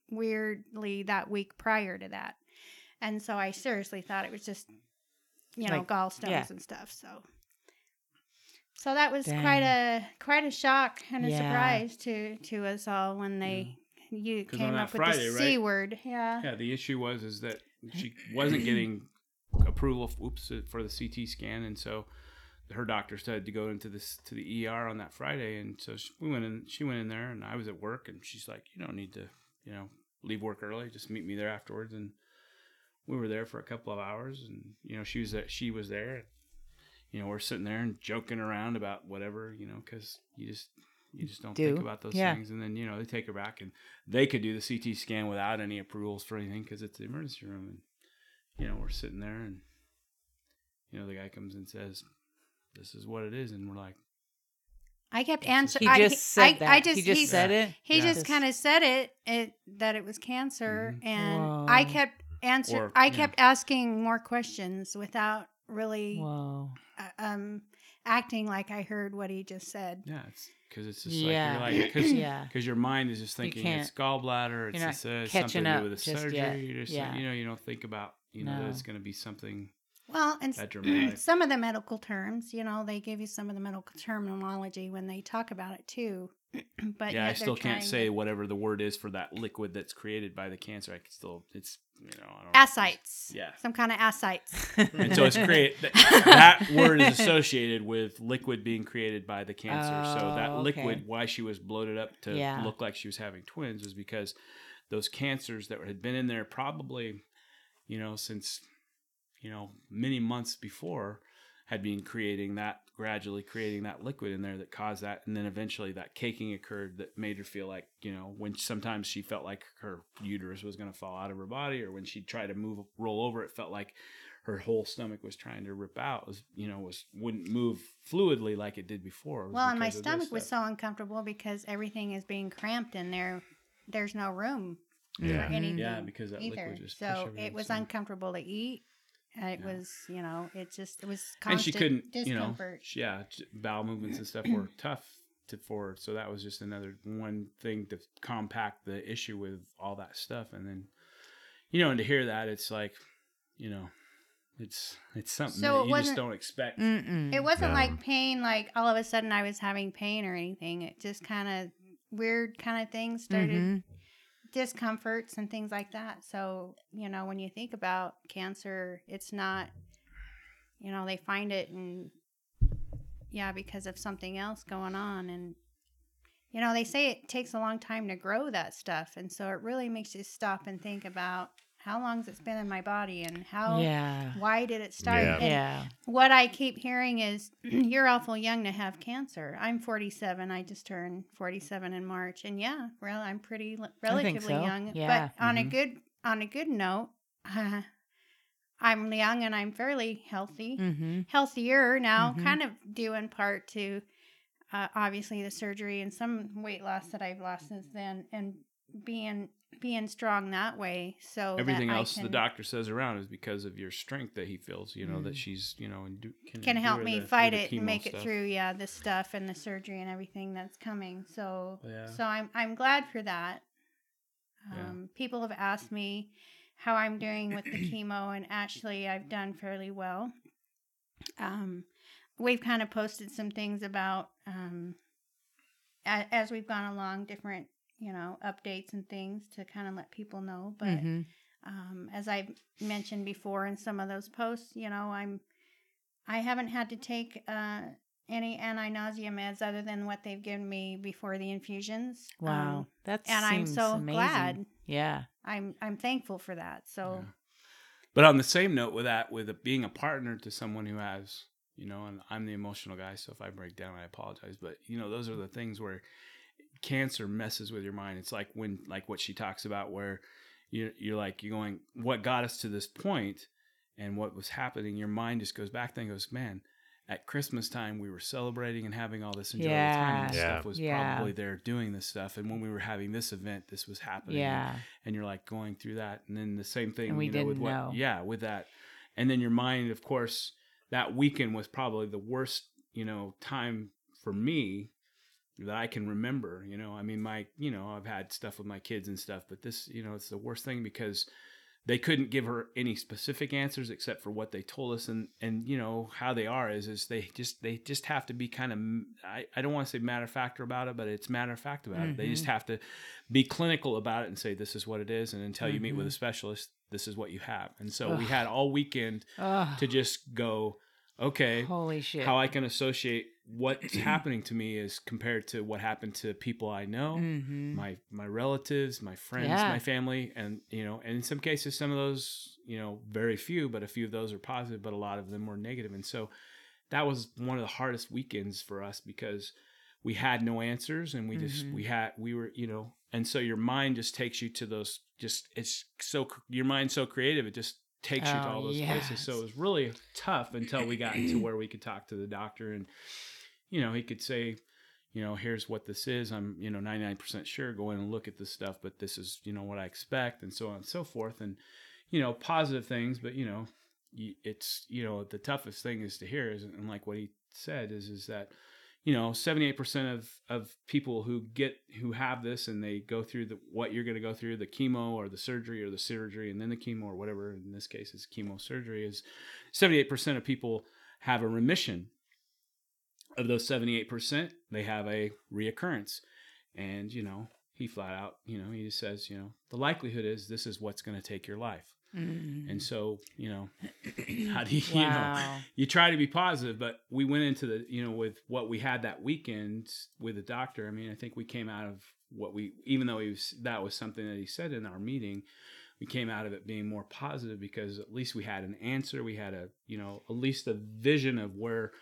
S4: weirdly that week prior to that. And so I seriously thought it was just, you know,
S2: Like,
S4: gallstones
S2: yeah.
S4: and stuff. So, so that was
S2: Dang.
S4: quite a quite a shock and a
S2: Yeah.
S4: surprise to to us all when they you
S3: 'Cause on
S4: came
S3: that
S4: up with
S3: Friday,
S4: the
S3: right?
S4: c word. Yeah.
S3: Yeah, the issue was is that she wasn't getting approval f- oops, uh, for the CT scan, and so her doctor said to go into this to the ER on that Friday, and so she, we went in. She went in there, and I was at work, and she's like, "You don't need to, you know, leave work early. Just meet me there afterwards." And we were there for a couple of hours, and you know, she was there, she was there. You know, we're sitting there and joking around about whatever, you know, because you just you just don't think
S2: Do.
S3: about those
S2: Yeah.
S3: things, and then you know they take her back, and they could do the CT scan without any approvals for anything because it's the emergency room, and you know we're sitting there, and you know the guy comes and says, "This is what it is,is," and we're like,
S4: I kept answering.
S2: He
S4: I,
S2: just said
S4: I,
S2: that.
S4: I just,
S2: he just
S4: he-
S2: said it.
S4: He
S3: Yeah.
S4: just kind of said it, it that it was cancer,
S3: Mhm.
S4: and I
S2: Whoa.
S4: kept answer.
S3: Or,
S4: I
S3: yeah.
S4: kept asking more questions without really
S2: Whoa.
S4: uh, um, acting like I heard what he just said.
S3: "Yeah, it's because it's just
S2: Yeah.
S3: like you're like because
S2: yeah.
S3: your mind is just thinking it's
S2: can't-
S3: gallbladder, it's
S2: you're not
S3: this, this,
S2: catching
S3: something to
S2: up
S3: do with the
S2: just
S3: surgery,
S2: yet.
S3: you just
S2: Yeah.
S3: you know you don't think about you know
S2: No.
S3: that it's going to be something
S4: Well, and s-
S3: that dramatic."
S4: some of the medical terms, you know, they give you some of the medical terminology when they talk about it too. but
S3: yeah,
S4: yet
S3: I
S4: they're
S3: still can't
S4: trying to-
S3: say whatever the word is for that liquid that's created by the cancer. I can still, it's you know, I don't know.
S4: ascites.
S3: Yeah.
S4: some kind of ascites.
S3: and so it's create that, that word is associated with liquid being created by the cancer. so that
S2: Oh,
S3: liquid,
S2: okay.
S3: why she was bloated up to
S2: Yeah.
S3: look like she was having twins, was because those cancers that had been in there probably, you know, since you know many months before, had been creating that gradually creating that liquid in there that caused that and then eventually that caking occurred that made her feel like you know when sometimes she felt like her uterus was going to fall out of her body or when she tried to move roll over it felt like her whole stomach was trying to rip out was you know was wouldn't move fluidly like it did before It was
S4: Well, and my
S3: because of this
S4: stomach was
S3: stuff.
S4: so uncomfortable because everything is being cramped in there. There's no room
S1: Yeah.
S4: for anything
S3: yeah because that
S4: either.
S3: liquid just pushed
S4: So
S3: everything,
S4: it was
S3: so-
S4: uncomfortable to eat. Uh, It
S3: Yeah.
S4: was, you know, it just it was
S3: and
S4: constant
S3: she couldn't you know
S4: discomfort.
S3: she- yeah j- bowel movements and stuff were tough to for her. so that was just another one thing to compact the issue with all that stuff and then you know, and to hear that, it's like, you know, it's it's something
S4: So it
S3: that you just
S4: wasn't- Mm,
S3: don't expect.
S2: Mm-mm.
S4: It wasn't
S1: Yeah.
S4: like pain, like all of a sudden I was having pain or anything. It just kind of weird kind of things started
S2: Mhm.
S4: discomforts and things like that. So, you know, when you think about cancer, it's not, you know, they find it and, yeah, because of something else going on. And, you know, they say it takes a long time to grow that stuff. And so it really makes you stop and think about how long has it been in my body and how,
S5: Yeah.
S4: why did it start?
S1: Yeah.
S4: And
S5: Yeah.
S4: what I keep hearing is you're awful young to have cancer. I'm 47. I just turned 47 in March, and yeah, well, I'm pretty l- relatively
S5: so.
S4: young.
S5: Yeah.
S4: But on a
S5: Mhm.
S4: good on a good note, I'm young and I'm fairly healthy,
S5: Mm.
S2: Mhm.
S4: healthier now.
S5: Mm-hmm.
S2: Mhm.
S4: Kind of due in part to uh, obviously the surgery and some weight loss that I've lost since then, and being being strong that way. So that
S3: Everything
S4: I
S3: else the
S4: can-
S3: doctor says around is because of your strength that he feels. You know that she's you know and do,
S4: Mm. can help
S3: endure
S4: me
S3: the-
S4: fight
S3: the
S4: it and
S3: chemo
S4: make it
S3: stuff.
S4: through yeah the stuff and the surgery and everything that's coming so
S3: Yeah.
S4: so i'm i'm glad for that
S3: Yeah.
S4: um, people have asked me how i'm doing with the chemo and actually i've done fairly well um, we've kind of posted some things about um, a, as we've gone along different you know updates and things to kind of let people know but
S3: Mm-hmm.
S2: Mhm.
S4: um, as I've mentioned before in some of those posts, you know, I'm I haven't had to take uh, any anti-nausea meds other than what they've given me before the infusions. Um,
S5: Wow. That's
S4: and I'm so glad.
S5: Yeah.
S4: I'm I'm thankful for that. So
S3: Yeah. But on the same note with that, with it being a partner to someone who has, you know, and I'm the emotional guy, so if I break down, I apologize. But you know, those are the things where cancer messes with your mind. It's like when, like what she talks about, where you you're like you're going, what got us to this point, and what was happening. Your mind just goes back then and goes, man. At Christmas time, we were celebrating and having all this enjoyable time, and
S1: Yeah. Yeah.
S3: stuff was
S5: Yeah.
S3: probably there doing this stuff. And when we were having this event, this was happening
S5: Yeah.
S3: and you're like going through that and then the same thing
S5: we
S3: you know, with
S5: didn't
S3: what
S5: know.
S3: yeah with that and then your mind of course that weekend was probably the worst you know time for me that I can remember you know I mean my you know I've had stuff with my kids and stuff but this you know it's the worst thing because they couldn't give her any specific answers except for what they told us and and you know how they are is is they just they just have to be kind of I, I don't want to say matter of fact about it but it's matter of fact about it they
S5: Mm-hmm.
S3: just have to be clinical about it and say this is what it is and until you meet with a specialist this is what you have and so we had all weekend
S5: Ugh.
S3: to just go okay
S5: Holy shit.
S3: how I can associate what's happening to me is compared to what happened to people I know,
S2: Mm-hmm.
S3: my my relatives, my friends,
S5: Mm-hmm. Yeah.
S3: my family, and you know, and in some cases, some of those, you know, very few, but a few of those are positive, but a lot of them were negative, and so that was one of the hardest weekends for us because we had no answers and we just
S5: Mm-hmm.
S3: we had we were you know and so your mind just takes you to those just it's so cr- your mind's so creative it just takes you to
S5: Oh,
S3: all those places so
S5: yes.
S3: it was really tough until we got to where we could talk to the doctor and you know he could say you know here's what this is i'm you know 99% sure go in and look at this stuff but this is you know what i expect and so on and so forth and you know positive things but you know y- it's you know the toughest thing is to hear is and like what he said is is that you know 78% of of people who get who have this and they go through the what you're going to go through the chemo or the surgery or the surgery and then the chemo or whatever in this case it's chemo surgery is 78% of people have a remission of those 78% they have a reoccurrence and you know he flat out you know he just says you know the likelihood is this is what's going to take your life
S2: Mm-hmm. Mm.
S3: and so you know how do you, you know
S5: Wow.
S3: you try to be positive, but we went into the, you know, with what we had that weekend with the doctor. I mean, I think we came out of what we, even though he was, that was something that he said in our meeting, we came out of it being more positive because at least we had an answer. We had a, you know, at least a vision of where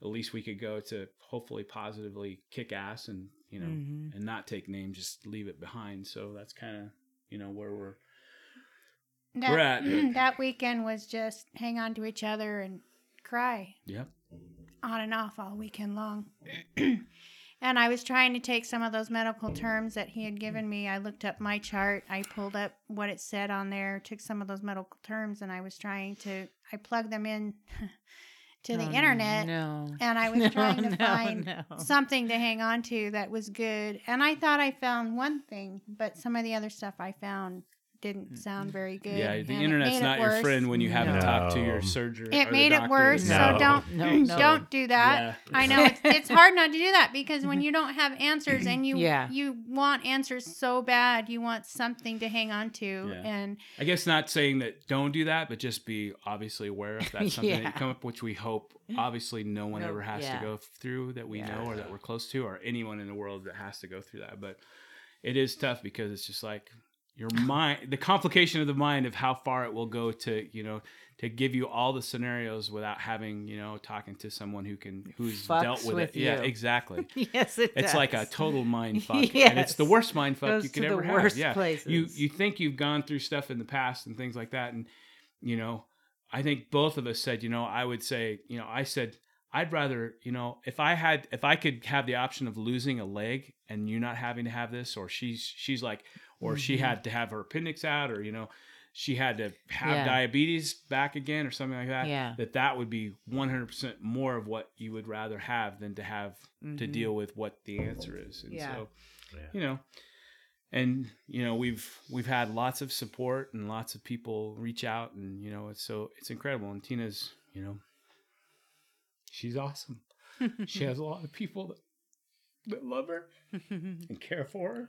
S3: at least we could go to hopefully positively kick ass and, you
S4: Mm.
S3: know,
S2: Mm-hmm.
S5: Mhm.
S3: and not take names, just leave it behind. So that's kind of, you know, where we're,
S4: that,
S3: We're at it.
S4: that weekend was just hang on to each other and cry.
S3: yep.
S4: on and off all weekend long. and I was trying to take some of those medical terms that he had given me. I looked up my chart, I pulled up what it said on there, took some of those medical terms, and I was trying to, I plugged them in to the
S5: Oh,
S4: internet.
S5: No.
S4: And I was
S5: No,
S4: trying to
S5: no,
S4: find
S5: no.
S4: something to hang on to that was good. And I thought I found one thing, but some of the other stuff I found didn't sound very good.
S3: Mm, Yeah,
S4: and
S3: the
S4: it
S3: internet's
S4: made it
S3: not your
S4: worse.
S3: friend when you haven't
S1: No.
S3: talked to your surgeon. or
S4: It
S3: the
S4: made it
S3: doctor.
S4: worse,
S1: No.
S4: so don't
S2: No, no.
S4: don't do that.
S3: Yeah.
S4: I know it's, it's hard not to do that because when you don't have answers and you
S2: Mm-hmm. Yeah.
S4: you want answers so bad, you want something to hang on to,
S3: Yeah.
S4: and
S3: I guess not saying that don't do that, but just be obviously aware if that's something that
S2: Yeah.
S3: you come up, which we hope obviously no one
S2: No,
S3: ever has
S2: yeah.
S3: to go through that we
S2: Yeah.
S3: know or that we're close to or anyone in the world that has to go through that. But it is tough because it's just like your mind, the complication of the mind of how far it will go to, you know, to give you all the scenarios without having, you know, talking to someone who can, who's
S2: Fucks
S3: dealt with,
S2: with
S3: it. Yeah,
S2: you.
S3: exactly.
S2: yes, it
S3: It's like a
S2: does.
S3: total mind fuck. And it's the
S2: Yes.
S3: worst mind fuck
S2: Goes
S3: you could
S2: to
S3: ever
S2: the worst
S3: have. Yeah
S2: places.
S3: you you think you've gone through stuff in the past and things like that and you know i think both of us said you know i would say you know i said i'd rather you know if i had if i could have the option of losing a leg and you not having to have this or she's she's like or she
S2: Mhm.
S3: had to have her appendix out or you know she had to have
S2: Yeah.
S3: diabetes back again or something like that
S2: Yeah.
S3: that that would be 100% more of what you would rather have than to have to
S2: Mhm.
S3: deal with what the answer is. And
S2: Yeah.
S3: so,
S1: Yeah.
S3: you know, and you know, we've we've had lots of support and lots of people reach out, and you know, it's so it's incredible. And Tina's, you know, she's awesome. she has a lot of people that, that love her and care for her,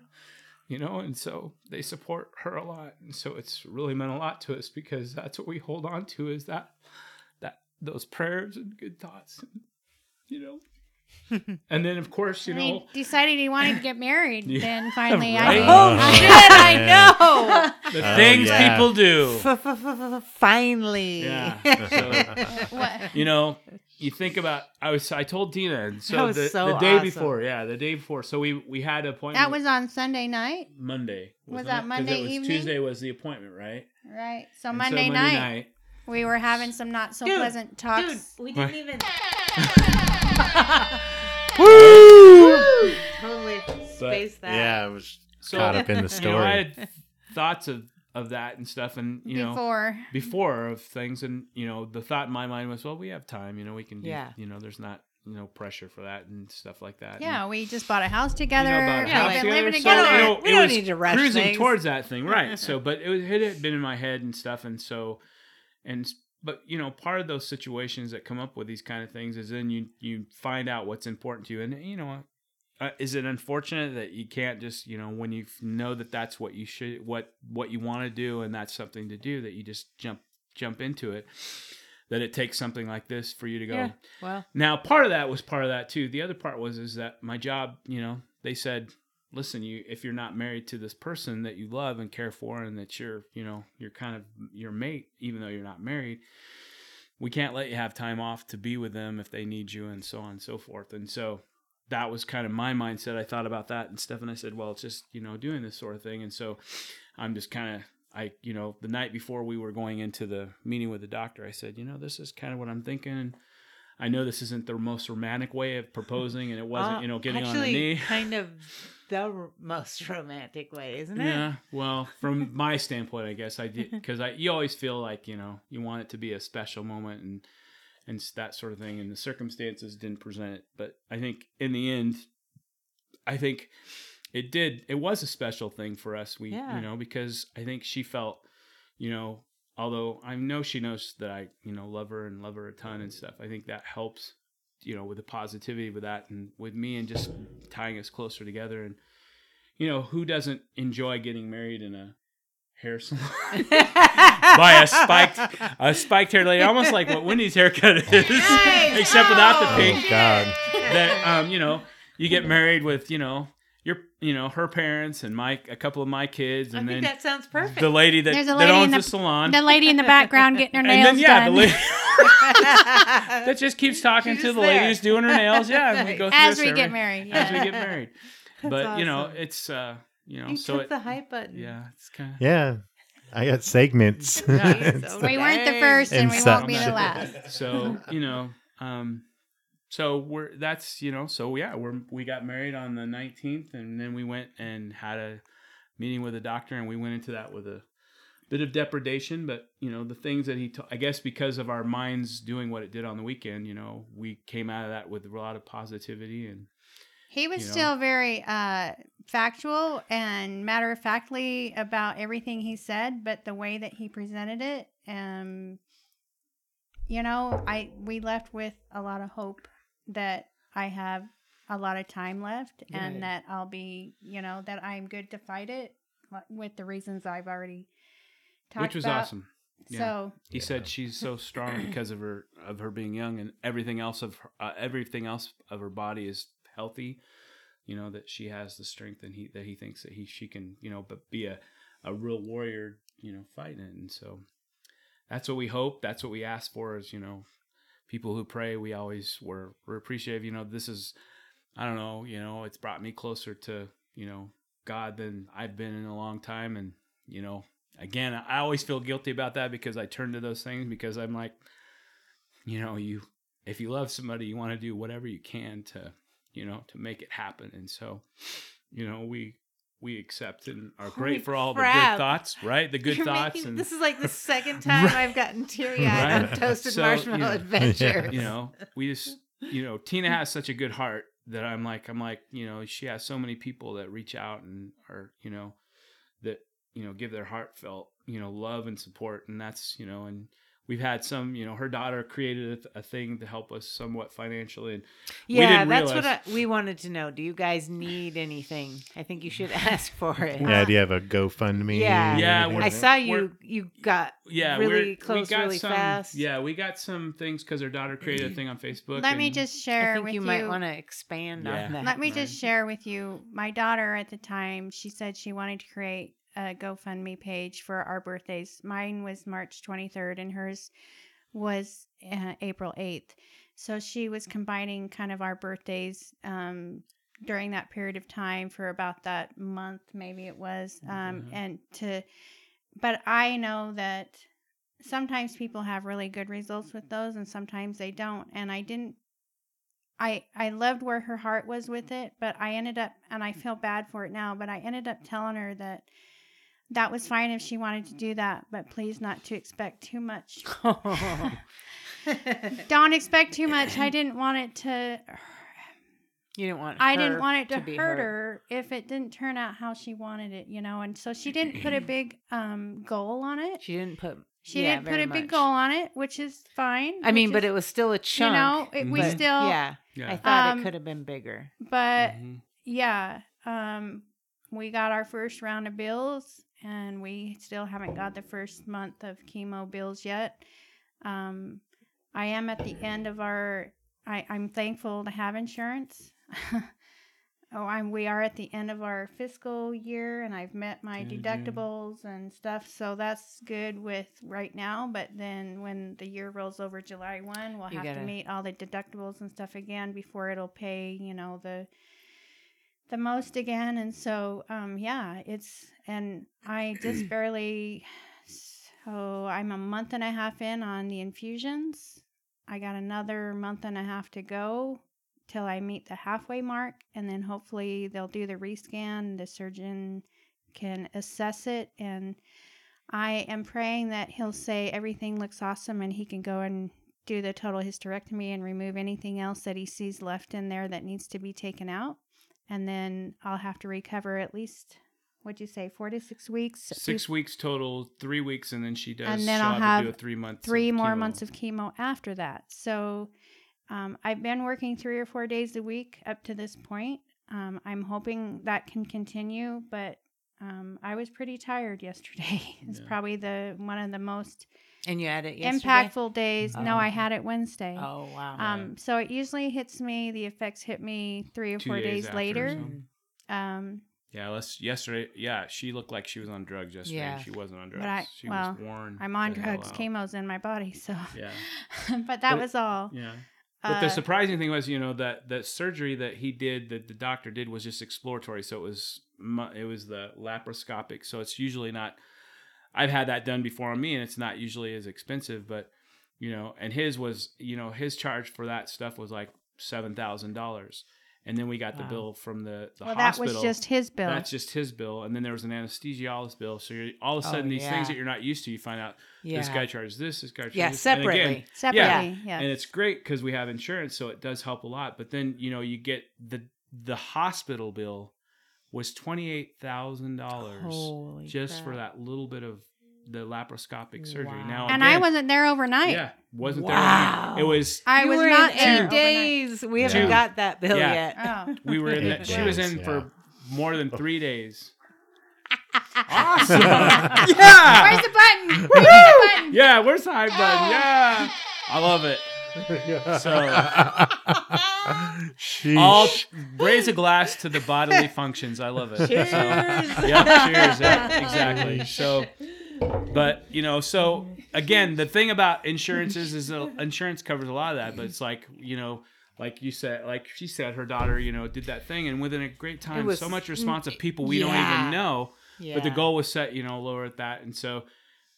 S3: you know, and so they support her a lot. And so it's really meant a lot to us because that's what we hold on to is that that those prayers and good thoughts, you know. and then of course, you
S4: and he
S3: know,
S4: decided he wanted to get married.
S3: Yeah,
S4: Then finally,
S3: right.
S2: Oh
S4: I
S1: Oh, man.
S2: shit! I
S3: the
S1: Oh,
S3: things
S1: yeah.
S3: people do.
S2: know. Finally.
S3: Yeah. So,
S4: what,
S3: you know, you think about I was I told Tina and
S2: That
S3: so
S2: was
S3: the,
S2: so
S3: the day
S2: awesome.
S3: before, yeah, the day before. So we we had an appointment
S4: that was on Sunday night,
S3: Monday.
S4: Was
S3: wasn't
S4: that
S3: it? 'Cause it
S4: Monday
S3: was-
S4: evening?
S3: Tuesday was the appointment, right?
S4: right? So,
S3: And
S4: Monday, night, we were having some not so
S2: Dude,
S4: pleasant
S2: Dude,
S4: talks.
S2: we
S3: didn't
S2: didn't even.
S1: Woo!
S2: totally space that.
S1: Yeah, I was
S3: So
S1: caught up in the
S3: you know, I
S1: story.
S3: had thoughts of of that and stuff, and you know,
S4: before
S3: before of things and you know the thought in my mind was well we have time you know we can do
S2: Yeah.
S3: you know there's not you know pressure for that and stuff like that And-
S4: yeah we just bought a house together
S3: about a
S4: we've
S2: house
S4: been
S3: together,
S4: living
S3: so,
S4: together
S3: you know,
S2: we
S3: it
S2: don't
S3: was
S2: need to rush
S3: cruising
S2: things.
S3: towards that thing right so but it, was, it had been in my head and stuff and so and but you know part of those situations that come up with these kind of things is then you you find out what's important to you and you know uh, is it unfortunate that you can't just you know when you f- know that that's what you should what what you want to do and that's something to do that you just jump jump into it that it takes something like this for you to go
S2: Yeah. Well,
S3: now, part of that was part of that too. The other part was is that my job, you know, they said, listen, you if you're not married to this person that you love and care for and that you're, you know, you're kind of your mate, even though you're not married, we can't let you have time off to be with them if they need you and so on and so forth. And so that was kind of my mindset. I thought about that and stuff and I said, well, it's just, you know, doing this sort of thing. And so I'm just kind of I, you know, the night before we were going into the meeting with the doctor, I said, you know, this is kind of what I'm thinking. I know this isn't the most romantic way of proposing, and it wasn't,
S2: uh,
S3: you know, getting on the
S2: actually
S3: knee.
S2: kind of the r- most romantic way, isn't it?
S3: Yeah. Well, from my standpoint, I guess I did because I you always feel like you know you want it to be a special moment and and s- that sort of thing, and the circumstances didn't present it. But I think in the end, I think it did. It was a special thing for us. We
S2: Yeah.
S3: you know because I think she felt you know although I know she knows that I you know love her and love her a ton
S2: Mm.
S3: and stuff. I think that helps you know with the positivity with that and with me and just tying us closer together and you know who doesn't enjoy getting married in a hair salon by
S2: By
S3: a spiked a spiked hair lady almost like what Wendy's haircut is
S2: Nice.
S3: except without the
S2: Oh.
S3: pink
S1: Oh God!
S3: that um you know you get married with you know your you know her parents and my a couple of my kids
S2: I
S3: and
S2: think
S3: then
S2: that sounds perfect.
S3: the lady that,
S4: There's a
S3: that
S4: lady in
S3: owns
S4: the-
S3: the, salon
S4: the lady in the background getting her
S3: and
S4: nails
S3: then yeah
S4: done
S3: the lady
S2: that
S3: that just keeps talking
S2: She's
S3: to the
S2: just there.
S3: ladies doing her nails yeah and we go through
S4: as
S3: this
S4: we get
S3: every-
S4: married
S3: as we
S4: yeah.
S3: get married but you know
S2: awesome.
S3: it's uh you know
S2: you
S3: so
S2: took
S3: it,
S2: the hype button.
S3: yeah it's kind of
S1: Yeah, I got segments.
S3: Yeah.
S1: It's the-
S4: we weren't the
S2: Dang.
S4: first and we won't
S1: Inside.
S4: be the last
S3: so you know um so we're that's you know so yeah we're we got married on the 19th and then we went and had a meeting with a doctor and we went into that with a bit of depredation but you know the things that he ta- I guess because of our minds doing what it did on the weekend you know we came out of that with a lot of positivity and
S4: He was
S3: You know?
S4: still very uh, factual and matter of factly about everything he said, but the way that he presented it, um, you know, I we left with a lot of hope that I have a lot of time left
S3: Right.
S4: and that I'll be, you know, that I'm good to fight it uh, with the reasons I've already talked
S3: which was
S4: about.
S3: awesome. Yeah.
S4: So
S3: He
S1: Yeah.
S3: said she's so strong because of her of her being young and everything else of her, uh, everything else of her body is healthy. You know that she has the strength and he that he thinks that he she can you know but be a a real warrior you know fighting it and so that's what we hope that's what we ask for is you know people who pray we always we're we're appreciative you know this is I don't know you know it's brought me closer to you know God than I've been in a long time and you know again, I always feel guilty about that because I turn to those things because I'm like, you know, you if you love somebody, you want to do whatever you can to, you know, to make it happen. And so, you know, we we accept and are
S2: Holy
S3: grateful for all the
S2: crap.
S3: good thoughts, right? The good
S2: You're
S3: thoughts
S2: making-
S3: and
S2: this is like the second time I've gotten teary eyed
S1: Right.
S2: on toasted
S3: So,
S2: marshmallow
S3: you know,
S2: adventures.
S3: you know, we just you know, Tina has such a good heart that I'm like I'm like, you know, she has so many people that reach out and are, you know, that you know give their heartfelt you know love and support and that's you know and we've had some you know her daughter created a, th- a thing to help us somewhat financially and We
S2: yeah,
S3: didn't
S2: that's what I,
S3: realize-
S2: we wanted to know. Do you guys need anything? I think you should ask for it.
S1: Yeah, do you have a GoFundMe?
S2: Yeah.
S1: or
S3: Yeah,
S1: anything
S2: I
S1: like
S2: saw you.
S3: We're-
S2: You got
S3: yeah
S2: Really
S3: we're,
S2: close,
S3: we got
S2: really
S3: some,
S2: fast.
S3: yeah we got some things because her daughter created a thing on facebook
S4: let me
S3: and-
S4: just
S2: I
S4: share
S2: think
S4: with
S2: you might want to expand
S3: Yeah.
S2: on that.
S4: Let me
S3: Right.
S4: just share with you my daughter at the time, she said she wanted to create a GoFundMe page for our birthdays. Mine was March 23rd and hers was uh, April 8th. So she was combining kind of our birthdays um, during that period of time for about that month, maybe it was. Um,
S3: Mhm.
S4: And to, but I know that sometimes people have really good results with those and sometimes they don't. And I didn't I I loved where her heart was with it, but I ended up and I feel bad for it now, but I ended up telling her that that was fine if she wanted to do that, but please not to expect too much. Don't expect too much. I didn't want it to
S2: you didn't want.
S4: I didn't
S2: her
S4: want it to,
S2: be
S4: hurt her if it didn't turn out how she wanted it, you know. And so she didn't put a big um goal on it.
S2: She didn't put.
S4: She
S2: yeah,
S4: didn't put
S2: very
S4: a big
S2: much.
S4: goal on it, which is fine.
S2: I mean,
S4: which
S2: but
S4: is-
S2: it was still a
S4: you
S2: chunk.
S4: know, it, we
S3: but-
S4: still
S2: yeah, I
S3: yeah
S2: thought it
S4: Um,
S2: could have been bigger.
S4: but
S3: Mhm.
S4: yeah um we got our first round of bills and we still haven't got the first month of chemo bills yet um i am at the end of our i i'm thankful to have insurance oh i'm we are at the end of our fiscal year and i've met my
S3: Good, yeah.
S4: deductibles and stuff so that's good with right now but then when the year rolls over july 1 we'll
S2: You
S4: have
S2: gotta-
S4: to meet all the deductibles and stuff again before it'll pay you know the the most again and so um yeah it's and i just barely so i'm a month and a half in on the infusions i got another month and a half to go till i meet the halfway mark and then hopefully they'll do the rescan the surgeon can assess it and i am praying that he'll say everything looks awesome and he can go and do the total hysterectomy and remove anything else that he sees left in there that needs to be taken out and then I'll have to recover at least what'd you say, four to six weeks?
S3: six weeks total three weeks and then she does
S4: And then
S3: she'll
S4: I'll
S3: to do
S4: have
S3: a three month
S4: three more months of chemo after that. So um, I've been working three or four days a week up to this point. Um, I'm hoping that can continue, but um, I was pretty tired yesterday. it's
S3: Yeah.
S4: probably the one of the most
S2: And you had it yesterday.
S4: impactful days.
S2: Oh,
S4: no, I
S2: okay.
S4: had it Wednesday.
S2: Oh wow.
S3: Yeah.
S4: Um, so it usually hits me. The effects hit me three or
S3: Two
S4: four
S3: days
S4: days,
S3: after,
S4: later.
S3: so.
S4: Um,
S3: yeah let's yesterday yeah she looked like she was on drugs yesterday
S2: Yeah.
S3: and she wasn't on drugs
S4: But I-
S3: she
S4: well,
S3: was worn
S4: I'm on
S3: the hell
S4: drugs.
S3: out.
S4: Chemo's in my body, so.
S3: yeah
S4: but that
S3: But-
S4: was all.
S3: Yeah. But the
S4: Uh,
S3: surprising thing was, you know, that that surgery that he did, that the doctor did, was just exploratory. So it was mu- it was the laparoscopic. So it's usually not. I've had that done before on me, and it's not usually as expensive. But you know, and his was, you know, his charge for that stuff was like seven thousand dollars, and then we got
S2: Wow.
S3: the bill from the the
S4: well,
S3: hospital.
S4: that was just his bill.
S3: That's just his bill, and then there was an anesthesiologist bill. So you're, all of a
S2: Oh,
S3: sudden, these things
S2: yeah.
S3: that you're not used to, you find out
S2: yeah.
S3: this guy charges this, this guy charges
S2: yeah.
S3: this. And again,
S2: Separately.
S4: Separately, yeah.
S3: and it's great because we have insurance so it does help a lot but then you know you get the the hospital bill was twenty eight thousand dollars
S5: Holy
S3: just
S5: crap.
S3: for that little bit of the laparoscopic surgery. Now
S5: Wow.
S4: and I
S3: again,
S4: wasn't there overnight.
S3: yeah wasn't
S2: Wow.
S3: there. It was
S4: I
S2: You
S4: was
S2: were in
S4: not there
S2: eight
S4: overnight.
S2: days. We haven't
S3: Two.
S2: got that bill
S3: Yeah.
S2: yet.
S4: Oh,
S3: we were in
S1: Eight
S3: that she was
S1: days,
S3: in
S1: yeah.
S3: for more than three days.
S1: Awesome.
S4: where's
S3: yeah,
S4: the button? Where's the button?
S3: yeah. Where's the high button? Yeah, I love it.
S1: Sheesh.
S3: I'll raise a glass to the bodily functions. I love it.
S2: Cheers.
S3: So, yeah, cheers. yeah, exactly. So, but you know, so again, the thing about insurances is uh, insurance covers a lot of that, but it's like you know. Like you said, like she said, her daughter, you know, did that thing, and within a great time,
S2: was-
S3: so much response of people we don't
S2: Yeah.
S3: even know.
S2: Yeah.
S3: But the goal was set, you know, lower at that, and so,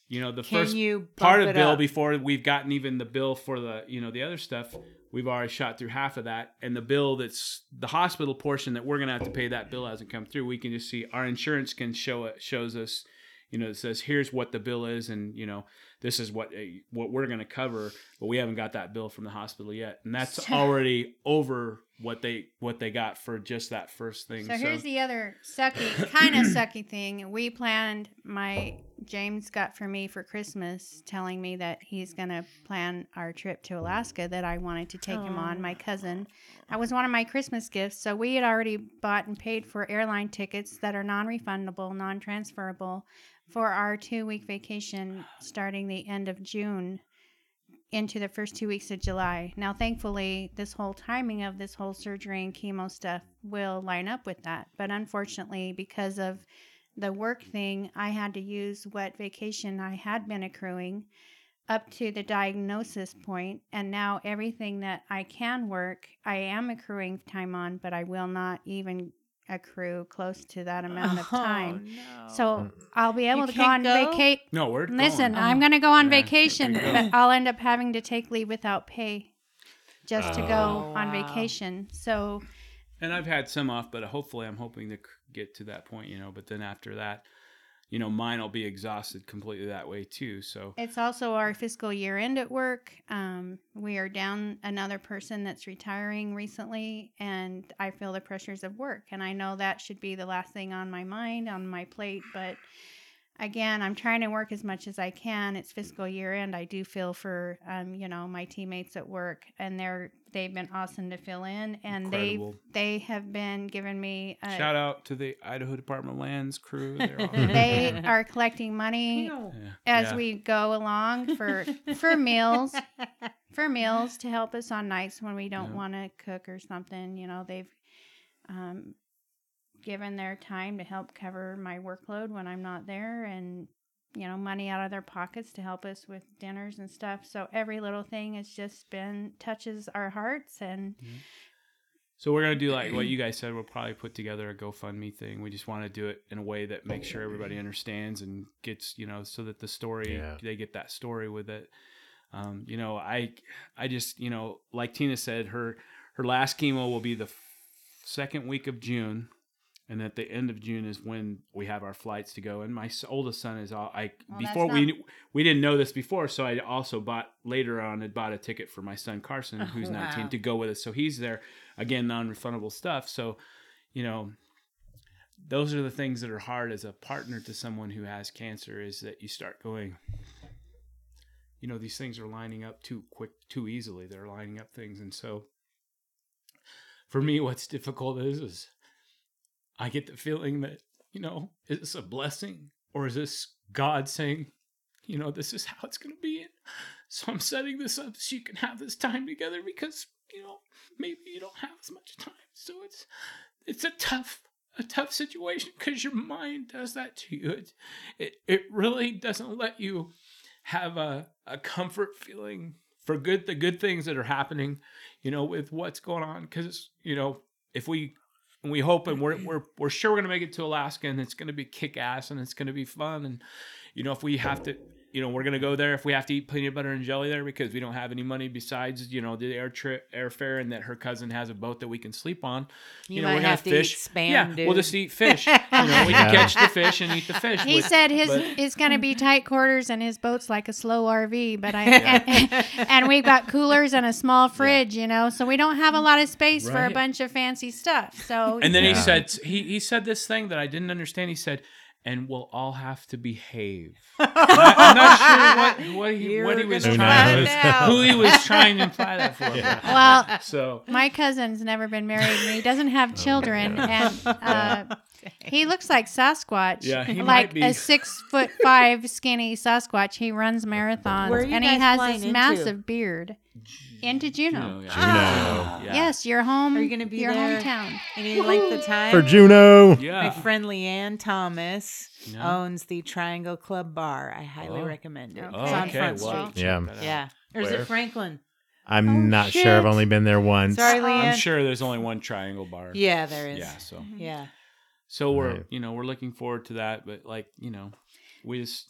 S3: you know, the
S2: Can
S3: first
S2: you bump
S3: part of
S2: it
S3: bill
S2: up?
S3: before we've gotten even the bill for the you know the other stuff we've already shot through half of that and the bill that's the hospital portion that we're going to have to pay that bill hasn't come through we can just see our insurance can show it shows us you know it says here's what the bill is and you know this is what uh, what we're going to cover but we haven't got that bill from the hospital yet and that's
S4: So-
S3: already over what they what they got for just that first thing
S4: So here's the other sucky, kind of sucky thing. We planned my James got for me for Christmas, telling me that he's gonna plan our trip to Alaska that I wanted to take him on. My cousin, that was one of my Christmas gifts. So we had already bought and paid for airline tickets that are non-refundable, non-transferable, for our two-week vacation starting the end of June into the first two weeks of July. Now, thankfully, this whole timing of this whole surgery and chemo stuff will line up with that. But unfortunately, because of the work thing, I had to use what vacation I had been accruing up to the diagnosis point. And now everything that I can work, I am accruing time on, but I will not even accrue close to that amount of
S3: Oh,
S4: time. So I'll be able
S2: Oh, You
S4: to go
S2: can't
S4: on
S2: go?
S4: vacate
S3: no we're
S4: Listen,
S3: going.
S4: I'm going to go on
S3: Yeah,
S4: vacation,
S3: there you
S4: but I'll end up having to take leave without pay just to go
S2: Oh.
S4: on
S2: Wow.
S4: vacation. So,
S3: and I've had some off, but hopefully I'm hoping to c- get to that point, you know. But then after that, you know, mine will be exhausted completely that way too. So
S4: It's also our fiscal year end at work. Um, we are down another person that's retiring recently, and I feel the pressures of work. And I know that should be the last thing on my mind, on my plate. But again, I'm trying to work as much as I can. It's fiscal year end. I do feel for um, you know my teammates at work, and they're they've been awesome to fill in, and uh, they
S3: Incredible.
S4: they have been giving me a,
S3: shout out to the Idaho Department of Lands crew. They're all-
S4: they are collecting money
S3: Yeah.
S4: as
S3: Yeah.
S4: we go along for for meals for meals to help us on nights when we don't
S3: Yeah.
S4: want to cook or something you know they've um, given their time to help cover my workload when i'm not there and you know money out of their pockets to help us with dinners and stuff so every little thing has just been touches our hearts and
S3: So we're gonna do like what you guys said. We'll probably put together a GoFundMe thing. We just want to do it in a way that makes sure everybody understands and gets you know so that the story
S1: Yeah.
S3: they get that story with it. Um, you know, I I just you know like Tina said, her her last chemo will be the f- second week of June, and at the end of June is when we have our flights to go. And my s- oldest son is all I
S4: Well, Oh, that's
S3: before we
S4: not-
S3: knew- we didn't know this before, so I also bought later on had bought a ticket for my son Carson, who's
S2: Oh, wow.
S3: 19, to go with us. So he's there again, non-refundable stuff. So you know those are the things that are hard as a partner to someone who has cancer is that you start going you know these things are lining up too quick too easily they're lining up things and so for me what's difficult is is i get the feeling that you know is this a blessing or is this god saying you know this is how it's going to be so i'm setting this up so you can have this time together because you know maybe you don't have as much time so it's it's a tough a tough situation because your mind does that to you it, it it really doesn't let you have a a comfort feeling for good the good things that are happening you know with what's going on because you know if we we hope and we're we're, we're sure we're going to make it to alaska and it's going to be kick ass and it's going to be fun and you know if we have to you know, we're gonna go there if we have to eat peanut butter and jelly there because we don't have any money besides you know the air trip airfare and that her cousin has a boat that we can sleep on.
S2: You,
S3: know,
S2: might
S3: we're gonna
S2: have to
S3: fish.
S2: eat spam,
S3: yeah,
S2: dude.
S3: we'll just eat fish. you know, we
S1: Yeah.
S3: can catch the fish and eat the fish.
S4: He
S3: with-
S4: said his
S3: but-
S4: it's going to be tight quarters and his boat's like a slow RV, but I
S3: Yeah.
S4: and, we've got coolers and a small fridge, you know, so we don't have a lot of space for a
S3: Right.
S4: bunch of fancy stuff. So
S3: and then he
S1: Yeah.
S3: said he he said this thing that I didn't understand. He said, "And we'll all have to behave." I, am not sure what what he, what he
S2: You're
S3: was
S1: Who
S2: gonna
S3: trying
S1: knows?
S3: who he was trying to imply that for.
S1: Yeah.
S4: well,
S3: So
S4: my cousin's never been married and he doesn't
S3: Oh,
S4: have children
S1: yeah.
S4: and uh, he looks like sasquatch
S3: Yeah, he
S4: like
S3: might be.
S4: a six foot five skinny sasquatch he runs marathons
S2: Where are you
S4: and he
S2: guys
S4: has
S2: flying
S4: this
S2: into?
S4: massive beard into juneau,
S3: you
S1: Juno.
S3: know, yeah. Yeah.
S4: yes your home
S2: Are you gonna be
S4: your
S2: there?
S4: hometown
S2: And you like the time?
S1: For Juno.
S2: My
S3: Yeah.
S2: friend Oh, Leanne Thomas
S3: Yeah.
S2: owns the Triangle Club Bar. I highly
S3: Oh.
S2: recommend it.
S4: Oh,
S2: It's on
S4: okay,
S2: Front
S4: well,
S2: Street.
S1: Yeah.
S2: Yeah. Or is
S3: Where?
S2: it Franklin?
S1: I'm
S4: Oh,
S1: not sure. I've
S4: shit.
S1: only been there once.
S2: Sorry, Leanne.
S3: I'm sure there's only one triangle bar.
S2: Yeah, there is.
S3: Yeah. So
S2: Yeah.
S3: so we're
S1: Right.
S3: you know we're looking forward to that, but like you know we just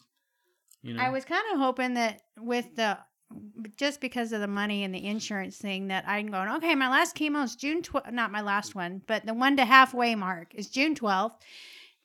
S3: you know
S4: I was kind of hoping that with the just because of the money and the insurance thing that I'm going, okay, my last chemo is June 12th, not my last one, but the one to halfway mark is June 12th.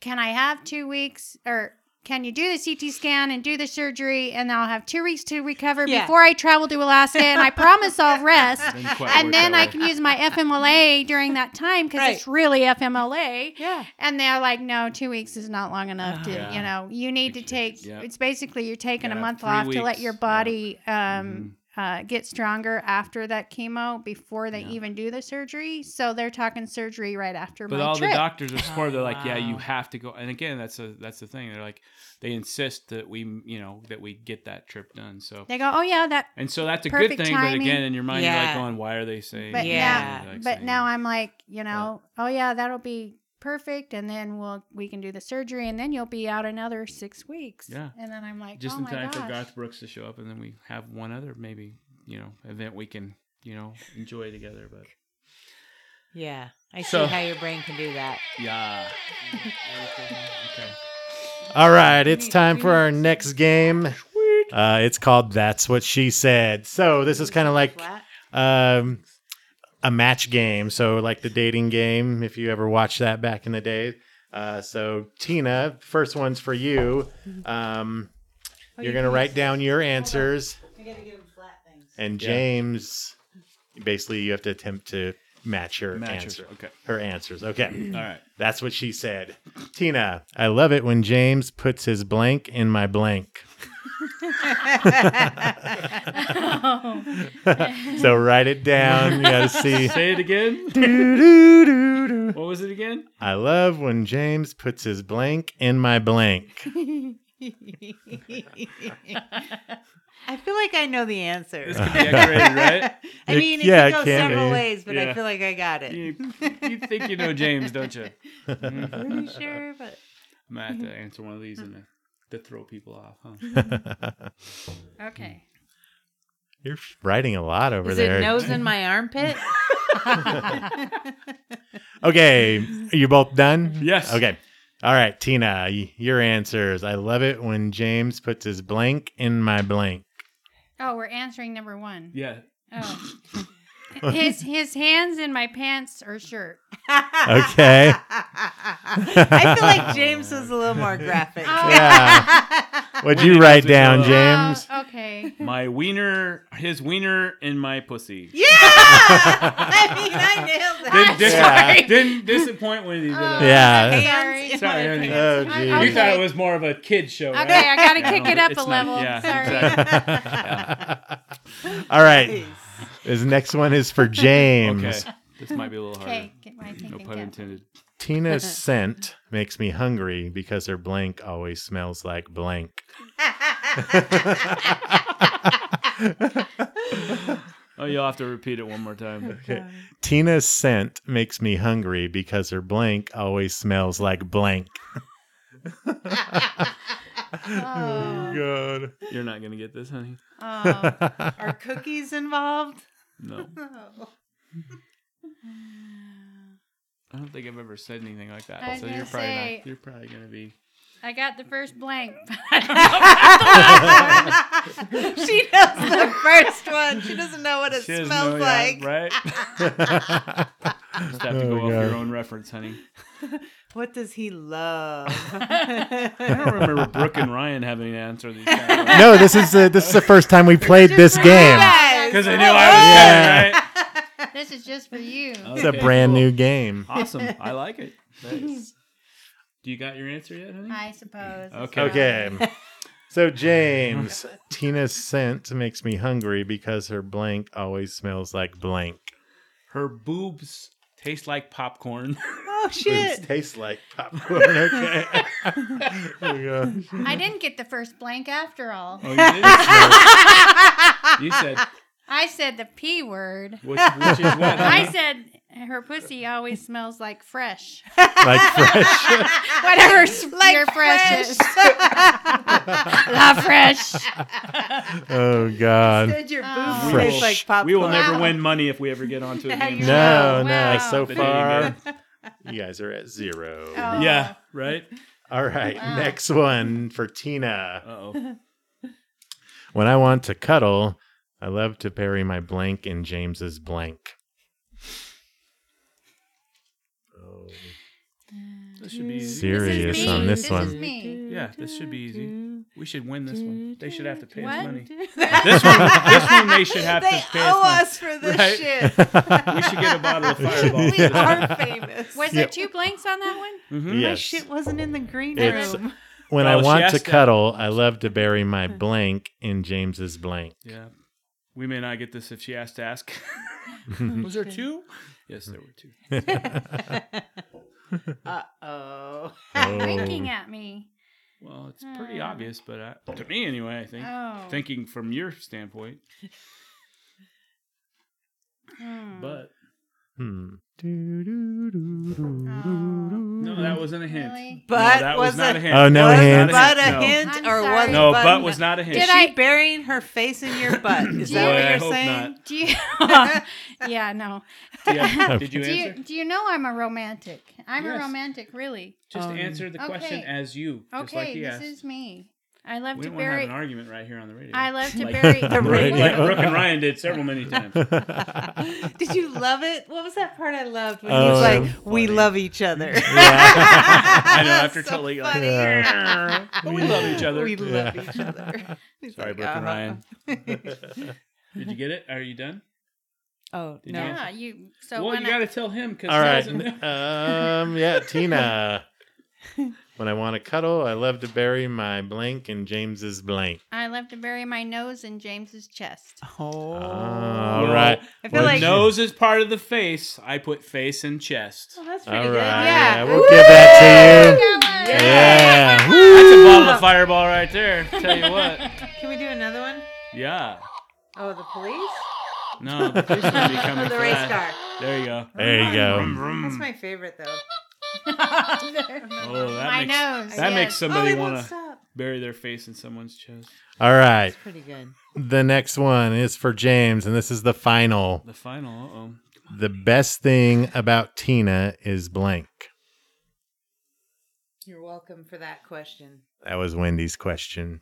S4: Can I have two weeks or can you do the CT scan and do the surgery and I'll have two weeks to recover
S2: Yeah.
S4: before I travel to Alaska and I promise I'll rest.
S3: didn't quite
S4: And
S3: work
S4: then
S3: that
S4: I
S3: way.
S4: can use my FMLA during that time because it's really FMLA.
S2: Yeah.
S4: And they're like, no, two weeks is not long enough to,
S3: Yeah.
S4: you know, you need to
S3: It's-
S4: take,
S3: yeah.
S4: it's basically you're taking a
S3: Gotta have
S4: month
S3: three
S4: off to let
S3: weeks.
S4: your
S3: Yeah.
S4: body
S3: Mm-hmm.
S4: um, uh, get stronger after that chemo before they
S3: Yeah.
S4: even do the surgery. So they're talking surgery right after
S3: But
S4: my
S3: all
S4: trip.
S3: the doctors are smart. They're like, yeah, you
S2: wow.
S3: have to go. And again, that's a that's the thing. They're like, they insist that we, you know, that we get that trip done. So
S4: they go, oh, yeah, that.
S3: and so that's a good
S4: perfect
S3: thing. But
S4: timing.
S3: again, in your mind, you're
S2: Yeah.
S3: like going, why are they saying?
S4: But
S2: Yeah.
S3: You're
S4: now,
S3: like
S4: but
S3: saying-
S4: now I'm like, you know, oh, yeah, that'll be perfect. And then we'll, we can do the surgery and then you'll be out another six weeks.
S3: Yeah.
S4: And then I'm like,
S3: just
S4: oh
S3: in
S4: my
S3: time for
S4: gosh.
S3: Garth Brooks to show up, and then we have one other maybe you know event we can you know enjoy together. But
S2: Yeah. I
S3: So-
S2: see how your brain can do that.
S3: yeah, okay.
S1: All right, it's time for our next game. Uh, it's called That's What She Said. So this is kind of like
S2: Flat.
S1: um, a match game. So like the dating game, if you ever watched that back in the day. Uh, so Tina, first one's for you. Um, you're gonna write down your answers,
S2: I gotta give him flat things.
S1: and
S3: Yeah.
S1: James, basically, you have to attempt to match her
S3: matches.
S1: answer.
S3: Okay,
S1: Her answers. Okay.
S3: all right.
S1: That's what she said. Tina, I love it when James puts his blank in my blank. so write it down. You gotta see.
S3: Say it again.
S1: Doo, doo, doo, doo.
S3: What was it again?
S1: I love when James puts his blank in my blank.
S2: I feel like I know the answer.
S3: This could be X-rated, right?
S2: I
S1: It-
S2: mean, it
S1: yeah,
S2: yeah,
S1: it
S2: could go
S1: can
S2: several
S1: be.
S2: ways, but
S3: Yeah.
S2: I feel like I got it.
S3: You, you think you know James, don't you? Mhm.
S2: Pretty sure, but
S3: I'm gonna have
S4: Mm-hmm.
S3: to answer one of these and to throw people off. Huh?
S4: Okay.
S1: You're writing a lot over
S2: is
S1: there.
S2: it nose in my armpit?
S1: okay, are you both done?
S3: Yes.
S1: Okay. All right, Tina, y- your answers. I love it when James puts his blank in my blank.
S4: Oh, we're answering number one.
S3: Yeah.
S4: Oh. his his hands in my pants or shirt.
S1: Okay.
S2: I feel like James was a little more graphic.
S4: Oh.
S1: Yeah. What'd
S3: Wendy
S1: you write
S3: knows it
S1: down,
S3: well.
S1: James?
S4: Oh, okay.
S3: My wiener, his wiener, in my pussy.
S2: Yeah! I mean, I nailed that.
S3: Didn't, dis-
S1: Yeah.
S3: didn't disappoint Wendy. Did I?
S1: Yeah.
S4: I'm
S2: Hands
S4: Sorry.
S2: in
S3: Sorry,
S2: my
S3: honey.
S2: pants.
S1: Oh,
S4: I-
S1: geez.
S4: I'll
S3: You thought
S4: Okay.
S3: it was more of a kid show.
S4: Okay,
S3: right?
S4: I gotta
S3: Yeah,
S4: kick it
S3: no,
S4: up a
S3: it's not-
S4: level.
S3: yeah,
S4: Sorry.
S3: exactly.
S1: All right.
S2: Nice.
S1: This next one is for James.
S3: Okay, this might be a little harder.
S4: Okay, get my
S3: No
S4: thinking
S3: pun
S4: cap.
S3: intended.
S1: Tina's scent makes me hungry because her blank always smells like blank.
S3: Oh, you'll have to repeat it one more time.
S1: Tina's scent makes me hungry because her blank always smells like blank.
S4: Oh,
S1: God.
S3: You're not gonna get this, honey.
S4: oh.
S2: Are cookies involved?
S3: No,
S2: Oh.
S3: I don't think I've ever said anything like that.
S4: I was
S3: so
S4: gonna
S3: you're probably
S4: say-
S3: not, you're probably gonna be.
S4: I got the first blank.
S2: she knows the first one. She doesn't know what it
S3: She doesn't
S2: smells
S3: know
S2: like.
S3: yet, right? Just have to
S1: Oh,
S3: go off
S1: God.
S3: your own reference, honey.
S2: What does he love?
S3: I don't remember Brooke and Ryan having to answer these
S1: no, this is the, this is the first time we played this game.
S3: because I
S2: I
S3: knew I was yeah. right.
S4: This is just for you.
S1: It's a brand new game.
S3: Awesome, I like it. Nice. Do you got your answer yet, honey?
S4: I suppose. it's
S3: Okay.
S1: Okay. So James, Tina's scent makes me hungry because her blank always smells like blank.
S3: Her boobs taste like popcorn.
S2: Oh
S1: It
S2: shit!
S1: tastes like popcorn. Okay. There we go.
S4: not- I didn't get the first blank after all.
S3: Oh, you did. you said
S4: I said the P word.
S3: which, which is what?
S4: I
S3: honey?
S4: said her pussy always smells like fresh.
S1: Like fresh.
S4: Whatever s- your fresh, is. La fresh.
S1: Oh God.
S2: Said your
S4: Oh.
S2: boobs
S3: will-
S2: taste like popcorn.
S3: we will never
S4: Wow.
S3: win money if we ever get onto a game.
S4: You're
S1: No,
S4: Wow.
S1: no.
S4: Wow.
S1: So
S3: The dating
S1: far,
S3: game.
S1: you guys are at zero.
S4: Oh.
S3: Yeah, right.
S1: All right.
S4: Wow.
S1: Next one for Tina.
S3: Uh oh.
S1: When I want to cuddle, I love to bury my blank in James's blank. Oh,
S3: This should be easy.
S1: Serious
S4: me.
S1: on this
S4: This
S1: one.
S4: is me.
S3: Yeah, this should be easy. We should win this one. They should have to pay us
S4: What?
S3: money. This one, this one, they should have
S2: They
S3: to pay
S2: owe
S3: us.
S2: us for this
S3: Right.
S2: shit.
S3: money. We should get a bottle of Fireball.
S2: we are famous.
S4: Was
S1: Yeah.
S4: there two blanks on that one?
S3: Mhm.
S2: My
S1: yes.
S2: shit wasn't in the green
S1: It's-
S2: room.
S1: When I
S3: Oh, she
S1: want to
S3: asked that.
S1: cuddle, I love to bury my blank in James's blank.
S3: Yeah. We may not get this if she has to ask. Was there two? Yes, there were two.
S2: Uh oh.
S4: Winking
S1: Oh.
S4: at me.
S3: Well, it's pretty
S4: Hmm.
S3: obvious, but I, to me anyway, I think.
S4: Oh.
S3: Thinking from your standpoint,
S4: Hmm.
S3: but
S1: Hmm.
S3: no, that wasn't a hint.
S4: Really?
S3: No,
S2: But
S3: that was,
S2: was,
S3: not
S2: a-
S3: a hint.
S1: Oh, no
S3: Was
S1: hint.
S2: But
S3: not
S2: a
S3: No.
S2: hint,
S4: I'm
S2: or
S4: sorry.
S2: was
S3: No,
S2: but,
S3: but was not a hint.
S4: Did
S2: she
S4: I-
S2: burying her face in your butt? Is
S4: Do
S2: that what
S4: you- Boy, I
S2: you're
S3: hope
S2: saying?
S4: Do you? yeah, no.
S3: Yeah. Did you
S4: Do you,
S3: answer?
S4: do you know I'm a romantic? I'm
S3: Yes.
S4: a romantic, really.
S3: Just
S2: Um,
S3: answer the question
S4: okay.
S3: as you, just
S4: Okay,
S3: like he
S4: this
S3: asked.
S4: is me. I love
S3: we
S4: to
S3: don't want to have
S4: bury.
S3: an argument right here on the radio.
S4: I love to
S3: Like-
S4: bury.
S1: The
S3: Like
S1: radio.
S3: like Brooke and Ryan did several many times.
S2: Did you love it? What was that part I loved when
S1: Oh,
S2: he was like,
S1: yeah.
S2: "We love each other."
S3: I know after
S2: So
S3: totally like,
S2: funny.
S1: Yeah.
S3: but we love each other.
S2: We love
S1: Yeah.
S2: each other. He's
S3: Sorry,
S2: like,
S3: Brooke and
S2: uh-huh.
S3: Ryan. Did you get it? Are you done?
S2: Oh
S3: Did
S2: no.
S4: Yeah, you. So
S3: well,
S4: when
S3: you got to tell him because
S1: All right.
S3: doesn't know.
S1: Um, yeah, Tina. When I want to cuddle, I love to bury my blank in James's blank.
S4: I, I love to bury my nose in James's chest.
S2: Oh.
S1: All
S3: Well,
S1: right.
S2: I
S1: Well,
S2: feel
S3: The
S2: like.
S3: nose is part of the face. I put face and chest.
S2: Oh, that's
S1: All
S2: pretty
S1: right.
S2: good.
S1: Yeah,
S2: Yeah.
S1: we'll give that to
S4: That
S1: you.
S4: one.
S1: Yeah.
S3: That's a
S1: Woo.
S3: bottle of fireball right there. Tell you what.
S2: Can we do another one?
S3: Yeah.
S2: Oh, the police.
S3: No, the police will be coming.
S2: the
S3: for
S2: race
S3: that.
S2: car.
S3: There you go.
S1: There you go.
S2: That's my favorite though.
S3: Oh, that
S4: my
S3: makes,
S4: nose.
S3: That
S4: yes.
S3: makes
S2: oh,
S3: somebody
S2: it
S3: want
S2: won't
S3: to
S2: stop.
S3: bury their face in someone's chest.
S1: All right.
S2: Pretty good.
S1: The next one is for James, and this is the final.
S3: The final. Uh oh.
S1: The best thing about Tina is blank.
S2: You're welcome for that question.
S1: That was Wendy's question.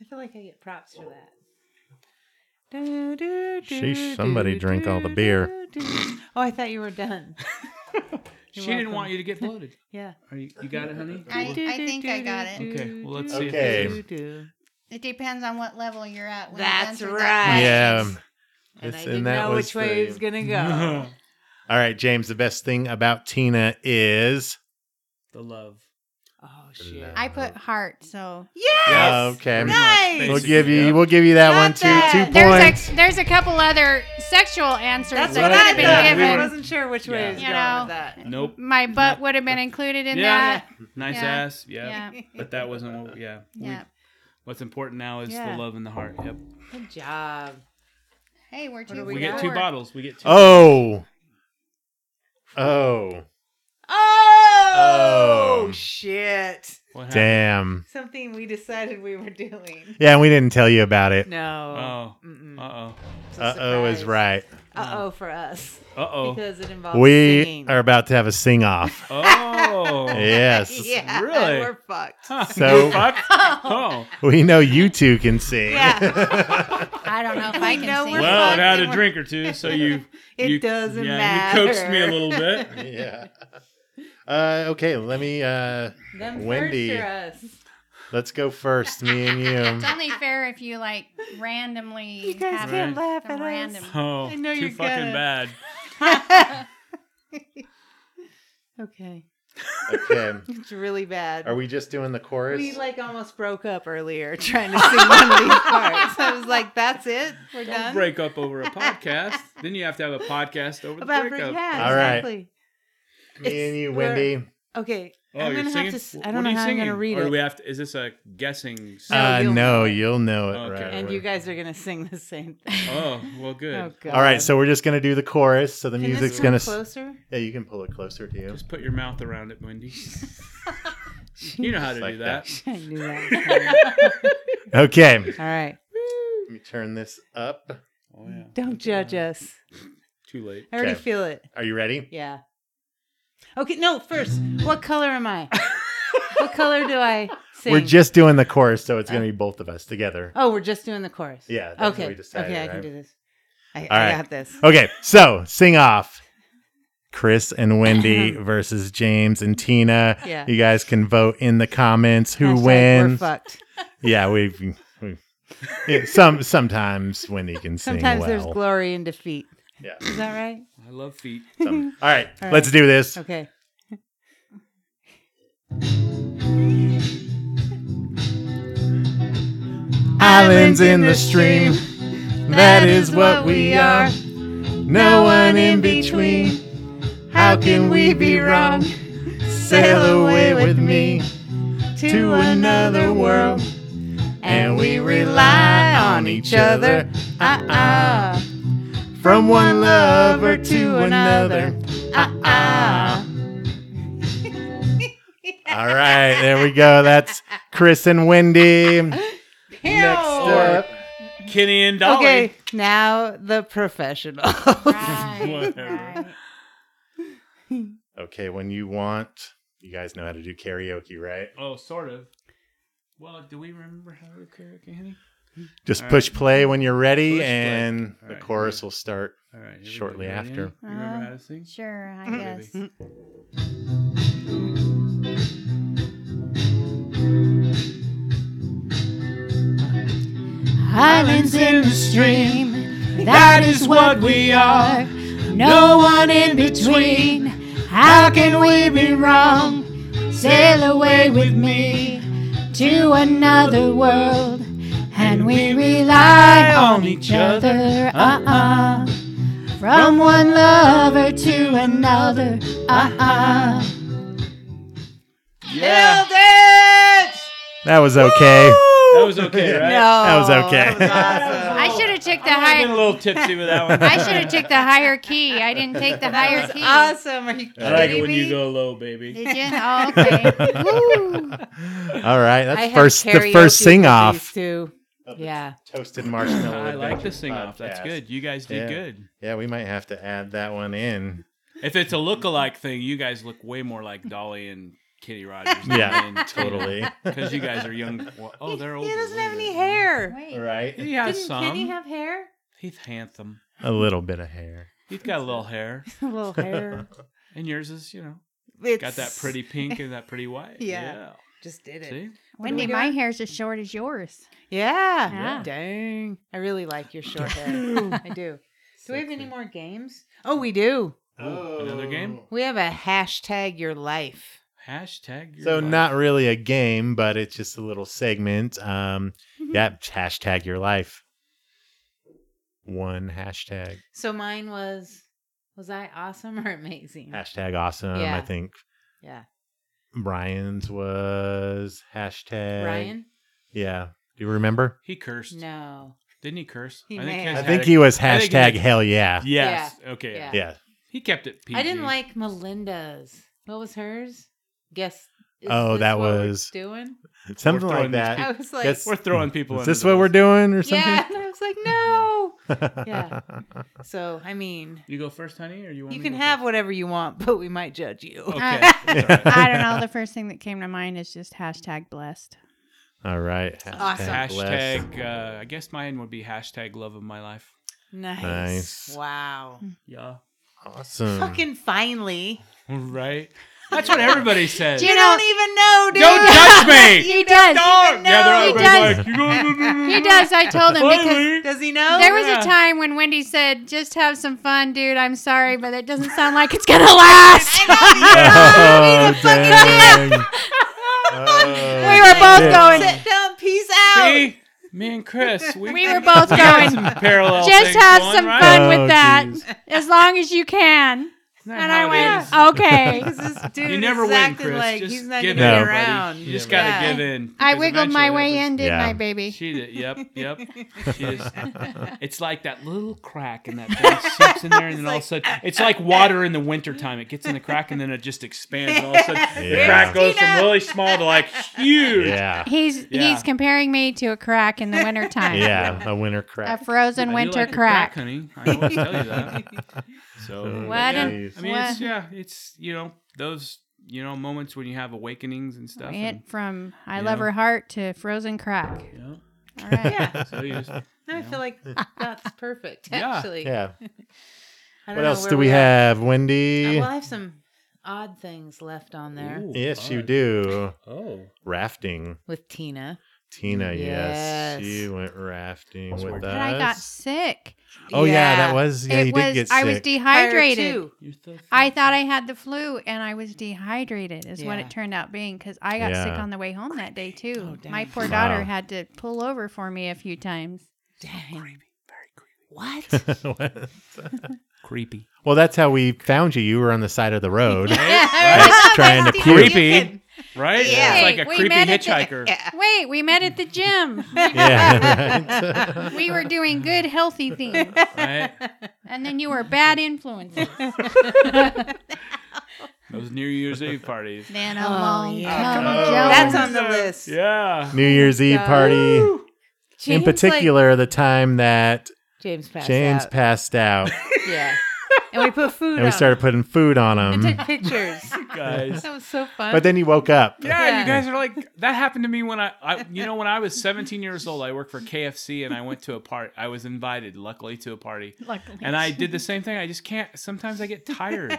S2: I feel like I get props for that. Do, do, do,
S1: Sheesh, somebody
S2: do,
S1: drank all the
S2: do,
S1: beer.
S2: do, do. Oh, I thought you were done.
S3: She
S2: You're
S3: didn't
S2: welcome.
S3: want you to get bloated.
S2: Yeah.
S3: Are you, you got it, honey?
S4: I-
S2: Do,
S4: I
S2: do,
S4: think
S2: do,
S4: I got
S2: do,
S4: it.
S3: Okay,
S2: do,
S3: well, let's
S2: do,
S1: see if this-
S2: do, do.
S4: It depends on what level you're at. When you
S2: That's
S4: answer that
S2: right.
S1: Yeah.
S4: question.
S2: And I
S1: It's-
S2: didn't know which way
S1: the-
S2: he was gonna go.
S1: All right, James. The best thing about Tina is
S3: the love.
S2: oh shit!
S1: Love.
S4: I put heart, so
S2: Yes.
S1: Okay.
S3: Pretty
S2: Nice.
S1: we'll
S3: basically,
S1: give you
S3: yep.
S1: we'll give you that
S2: Got
S1: one too.
S2: that.
S1: Two points.
S4: there's a there's a couple other sexual answers
S2: That's
S4: that
S2: what
S4: could
S2: I
S4: have
S2: thought.
S4: been
S2: I
S3: We
S4: given.
S3: were-
S2: wasn't sure which way he was
S4: You
S2: going with
S4: know.
S2: that.
S3: Nope.
S4: My butt would have been included in
S3: Yeah.
S4: that.
S3: Nice
S4: Yeah.
S3: ass. Yeah.
S4: Yeah. Yeah.
S3: But that wasn't what, yeah. We- what's important now is
S2: Yeah.
S3: the love in the heart. Yep.
S2: Good job.
S4: Hey, we're two.
S2: do
S3: We,
S2: We
S3: get
S2: got
S3: two
S4: forward.
S3: bottles. We get two.
S1: Oh. Oh.
S2: Oh,
S1: Oh.
S2: shit!
S3: What happened?
S1: Damn.
S2: Something we decided we were doing.
S1: Yeah, and we didn't tell you about it.
S2: No.
S3: Oh.
S2: Mm-mm.
S3: Uh oh.
S2: It's a
S1: Uh oh is
S2: surprise.
S1: right.
S2: Uh oh for us
S3: Uh oh.
S2: because it involves
S1: We
S2: singing.
S1: are about to have a sing off.
S3: Oh.
S1: yes.
S2: yeah,
S3: Really?
S2: we're fucked.
S3: Huh.
S1: So-
S3: Fuck.
S2: Oh,
S3: Oh.
S1: We know you two can sing.
S2: Yeah.
S4: I don't know if
S2: We
S4: I can
S2: know
S4: sing.
S2: we're
S3: Well,
S2: fucked
S3: it had
S2: and
S3: a
S2: we're-
S3: drink or two, so you.
S2: it
S3: you-
S2: doesn't
S3: yeah,
S2: matter.
S3: You coaxed me a little bit.
S1: yeah. Uh, okay, let me. Uh,
S2: Them
S1: Wendy.
S2: Wendy. us.
S1: let's go first, me and you.
S4: it's only fair if you like randomly.
S2: You guys
S4: have
S2: can't
S4: it.
S2: laugh
S4: some
S2: at
S4: random-
S3: Oh,
S2: I know
S3: too
S2: you're gonna-
S3: fucking bad.
S2: us. okay,
S1: Okay,
S2: it's really bad.
S1: are we just doing the chorus?
S2: We like almost broke up earlier trying to sing one of these parts. I was like, "That's it, we're
S3: Don't
S2: done."
S3: break up over a podcast. then you have to have a podcast over the
S2: About
S3: breakup.
S2: yeah,
S1: All right.
S2: exactly.
S1: me and you,
S2: It's-
S1: Wendy.
S2: Okay,
S3: Oh,
S2: I'm
S3: you're
S2: gonna
S3: singing?
S2: have to. s-
S3: Wh-
S2: I
S3: what
S2: don't
S3: are
S2: know
S3: you
S2: how
S3: singing?
S2: I'm gonna read it,
S3: or
S2: Oh,
S3: do we have to? Is this a guessing?
S2: No,
S1: uh, no,
S2: you'll know it.
S1: you'll know it.
S3: Okay.
S1: Right
S2: and
S1: away.
S2: you guys are gonna sing the same thing.
S3: Oh, well, good.
S2: Oh, God.
S1: All right, so we're just gonna do the chorus. So the
S2: Can this
S1: music's
S2: come
S1: gonna. s
S2: closer.
S1: Yeah, you can pull it closer to you.
S3: Just put your mouth around it, Wendy. you know how to
S1: Like
S3: do that.
S2: I knew that. was coming.
S1: Okay,
S2: All right,
S1: let me turn this up.
S3: Oh yeah.
S2: don't judge us.
S3: Too late.
S2: I already
S1: Okay.
S2: feel it.
S1: Are you ready?
S2: Yeah. Okay, no, first, what color am I? what color do I sing?
S1: We're just doing the chorus, so it's gonna be both of us together.
S2: Oh, we're just doing the chorus.
S1: Yeah, that's what
S2: Okay.
S1: we decided,
S2: okay, I
S1: right?
S2: can do this. I,
S1: All
S2: I
S1: right.
S2: got this.
S1: Okay, so sing off. Chris and Wendy versus James and Tina.
S2: Yeah.
S1: You guys can vote in the comments who
S2: Hashtag We're
S1: wins.
S2: fucked.
S1: Yeah, we've, we yeah, some sometimes Wendy can sing
S2: Sometimes
S1: well.
S2: there's glory in defeat.
S1: Yeah.
S2: Is that right?
S3: I love feet.
S1: some- all, right,
S2: All right.
S1: let's do this.
S2: Okay.
S1: Islands in the stream, that is what we are. No one in between. How can we be wrong? Sail away with me to another world. And we rely on each other.
S2: Ah ah.
S1: From one lover to another. Uh-uh.
S2: Ah ah.
S1: All right, there we go. That's Chris and Wendy. Next
S2: Ew.
S1: up.
S3: Kenny and Dolly.
S2: Okay, now the professional.
S4: Right,
S3: Whatever.
S4: right.
S1: Okay, when you want, you guys know how to do karaoke, right?
S3: Oh, sort of. Well, do we remember how to karaoke, Kenny?
S1: Just
S3: All right.
S1: push play when you're ready,
S3: Uh, Push play.
S1: and
S3: All
S1: the
S3: right,
S1: chorus
S3: here
S1: will start.
S3: All right. here we go.
S1: Shortly
S3: You ready,
S1: after.
S3: Annie? You remember
S4: Uh,
S3: how to sing?
S4: Sure,
S2: Uh,
S4: I
S3: Maybe.
S4: guess.
S2: Islands in the stream, that is what we are. No one in between. How can we be wrong? Sail away with me to another world, and we rely on each other. Uh
S3: Uh-uh.
S2: uh From one lover to another. Uh
S4: Uh-uh.
S2: uh.
S3: Yeah.
S2: it!
S1: That was okay.
S3: That was okay, right?
S1: That was okay.
S2: that was awesome.
S4: I should have took the
S3: I might have been a
S4: higher.
S3: little tipsy with that one.
S4: I should have took the higher key. I didn't take the higher
S2: That was
S4: key.
S2: awesome. Are you
S3: I like
S2: kidding
S3: it when
S2: me?
S3: you go low, baby.
S4: Did you? Oh, okay. Woo.
S1: All right,
S2: I
S1: that's
S2: have
S1: first the
S2: karaoke
S1: first
S2: with
S1: sing
S2: these
S1: off.
S2: two. Yeah.
S1: Toasted marshmallow.
S3: I like the
S1: Adventures
S3: sing off. That's
S1: podcast.
S3: good. You guys did
S1: Yeah.
S3: good.
S1: Yeah, we might have to add that one in.
S3: If it's a look-alike thing, you guys look way more like Dolly and Kitty Rogers.
S1: Yeah, totally.
S3: Because you guys are young. Well, oh, they're
S2: He
S3: older.
S2: doesn't
S3: Wait a
S2: have any
S3: minute.
S2: hair.
S4: Wait.
S1: right?
S3: He has
S2: Didn't
S3: some.
S2: Kenny have hair?
S3: He's handsome.
S1: A little bit of hair.
S3: He's got a little hair,
S2: A little hair.
S3: and yours is, you know,
S2: It's
S3: got that pretty pink and that pretty white.
S2: Yeah. Just did
S3: Yeah.
S2: it.
S3: See?
S4: Wendy,
S2: What are we
S4: my
S2: doing?
S4: hair's as short as yours.
S2: Yeah.
S4: Yeah.
S2: Dang. I really like your short hair. I do. Do we have any more games? Oh, we do.
S3: Oh, another game?
S2: We have a hashtag your life.
S3: Hashtag. Your
S1: So
S3: life.
S1: not really a game, but it's just a little segment. Um,
S3: Mm-hmm.
S1: yeah, hashtag your life. One hashtag.
S2: So mine was was I awesome or amazing?
S1: Hashtag awesome. I
S2: Yeah.
S1: think
S2: Yeah.
S1: Brian's was hashtag.
S2: Ryan?
S1: Yeah. Do you remember?
S3: He cursed.
S2: No.
S3: Didn't he curse?
S2: He
S3: I
S2: may
S3: think,
S2: have.
S1: I
S2: Hashtag-
S1: think he was
S3: I think he
S1: hashtag
S3: did.
S1: hell yeah.
S3: Yes. Okay.
S2: Yeah.
S1: Yeah.
S3: He kept it PG.
S2: I didn't like Melinda's. What was hers? Guess. is
S1: Oh,
S2: this
S1: that
S2: what we're
S1: was-
S2: doing.
S1: something
S3: We're
S1: like
S3: throwing these
S1: that.
S2: I was like,
S1: That's-
S3: We're throwing people.
S1: Is
S3: under
S1: this what we're
S3: the bus.
S1: doing or
S2: yeah.
S1: something?
S2: And I was like, no.
S1: yeah.
S2: So I mean,
S3: You go first, honey, or you want?
S2: you
S3: me
S2: can
S3: to go
S2: have whatever you want, but we might judge you.
S3: first? Okay. that's all right.
S4: I don't know. The first thing that came to mind is just hashtag blessed.
S1: All right.
S2: Awesome.
S1: bless.
S3: Hashtag. Uh, I guess mine would be hashtag love of my life.
S2: Nice.
S1: Nice. Hmm.
S2: Wow.
S3: Yeah.
S1: Awesome.
S2: Fucking finally.
S3: Right. That's what everybody says.
S4: You
S2: You
S4: know-
S2: don't even know, dude.
S3: Don't judge me.
S4: He does.
S3: Dog. Yeah, they're
S4: He
S3: all
S4: does.
S3: like, you go.
S4: He does. Oh, I told him because
S3: Finally.
S2: Does he know?
S4: there was
S3: Yeah.
S4: a time when Wendy said, "Just have some fun, dude. I'm sorry, but it doesn't sound like it's gonna last."
S1: Oh, dang.
S4: we
S1: Oh.
S4: were
S1: Yeah.
S4: both going.
S2: Sit down. Peace out.
S3: See, me and Chris, we,
S4: We were both
S3: got
S4: going.
S3: some parallel.
S4: Just
S3: things
S4: have
S3: going,
S4: some
S3: right?
S4: fun
S1: Oh,
S4: with that,
S1: geez.
S4: as long as you can.
S3: Isn't that
S4: And
S3: how
S4: I
S3: it
S4: went,
S3: is?
S4: okay.
S2: Because this dude
S3: never
S2: is
S3: win,
S2: acting
S3: Chris.
S2: like
S3: Just
S2: he's not
S3: give
S2: gonna
S1: in,
S2: be
S1: buddy.
S2: around.
S3: You just gotta
S2: Yeah.
S3: give in.
S4: I
S3: because
S4: wiggled my
S3: eventually
S4: way in, didn't
S1: Yeah.
S4: I, baby?
S3: She did. Yep. Yep. She just, it's like that little crack in that thing seeps in there, and then all of a sudden, it's like water in the wintertime. It gets in the crack, and then it just expands. And all of a sudden, the
S1: Yeah.
S3: crack goes from
S2: Christina.
S3: really small to like huge.
S1: Yeah.
S4: He's
S3: Yeah.
S4: he's comparing me to a crack in the wintertime.
S1: Yeah. A winter
S4: A
S1: crack.
S4: frozen
S3: I do
S4: winter
S3: like the
S4: crack.
S3: honey. I always tell you that. So
S1: What
S3: yeah.
S1: an-
S3: I mean,
S4: what-
S3: it's, yeah, it's you know those you know moments when you have awakenings and stuff.
S4: It
S3: And,
S4: from I
S3: You
S4: love
S3: know?
S4: her heart to frozen crack.
S3: you know,
S4: All right.
S2: Yeah.
S3: so you just,
S2: No, I
S3: Yeah.
S2: feel like that's perfect.
S3: Yeah.
S2: Actually.
S1: Yeah.
S2: I
S1: What
S2: don't know
S1: else
S2: where
S1: do we
S2: are.
S1: have,
S2: Uh,
S1: Wendy?
S2: well, I have some odd things left on there
S3: Ooh,
S1: Yes, you
S3: fun.
S1: do.
S3: Oh,
S1: Rafting.
S2: with Tina.
S1: Tina, yes.
S2: Yes.
S1: She went rafting
S3: That's
S1: with
S3: where-
S1: us.
S4: And I got sick.
S1: oh, yeah. that was. Yeah,
S4: it
S1: you
S4: was
S1: did get sick.
S4: I was
S2: Fire
S4: dehydrated.
S2: two.
S3: you still
S4: I thought I had the flu and I was dehydrated is what
S2: Yeah.
S4: it turned out being cuz I got sick
S1: Yeah.
S4: on the way home that day
S2: Oh,
S4: too.
S2: dang.
S4: My poor
S1: Wow.
S4: daughter had to pull over for me a few times.
S2: Dang.
S3: very creepy.
S2: What?
S1: What?
S3: Creepy.
S1: well, that's how we found you. You were on the side of the road.
S2: Right?
S1: Trying to
S2: That's
S1: puke.
S3: Creepy. Right?
S2: Yeah.
S3: It's like a
S4: Hey, we
S3: creepy
S4: met at the-
S3: hitchhiker.
S2: Yeah.
S4: Wait, we met at the gym.
S1: yeah. Right?
S4: we were doing good healthy things
S3: Right?
S4: and then you were bad influences.
S3: Those New Year's Eve parties.
S4: Then
S2: Oh,
S4: along
S2: yeah.
S4: come
S3: Oh,
S4: Jones.
S2: That's on the list.
S3: Yeah.
S1: New Year's Eve
S2: So-
S1: party.
S2: James,
S1: In particular, the time that
S2: like, James passed
S1: James
S2: out.
S1: passed out
S2: yeah, and we put food.
S1: and we
S2: on
S1: started putting food on
S2: him.
S1: him.
S2: and took pictures.
S3: Guys.
S2: that was so fun.
S1: But then he woke up.
S3: Yeah,
S2: Yeah.
S3: you guys are like that happened to me when I, I you know when I was 17 years old I worked for KFC and I went to a party I was invited luckily to a party
S4: Luckily.
S3: and I did the same thing I just can't sometimes I get tired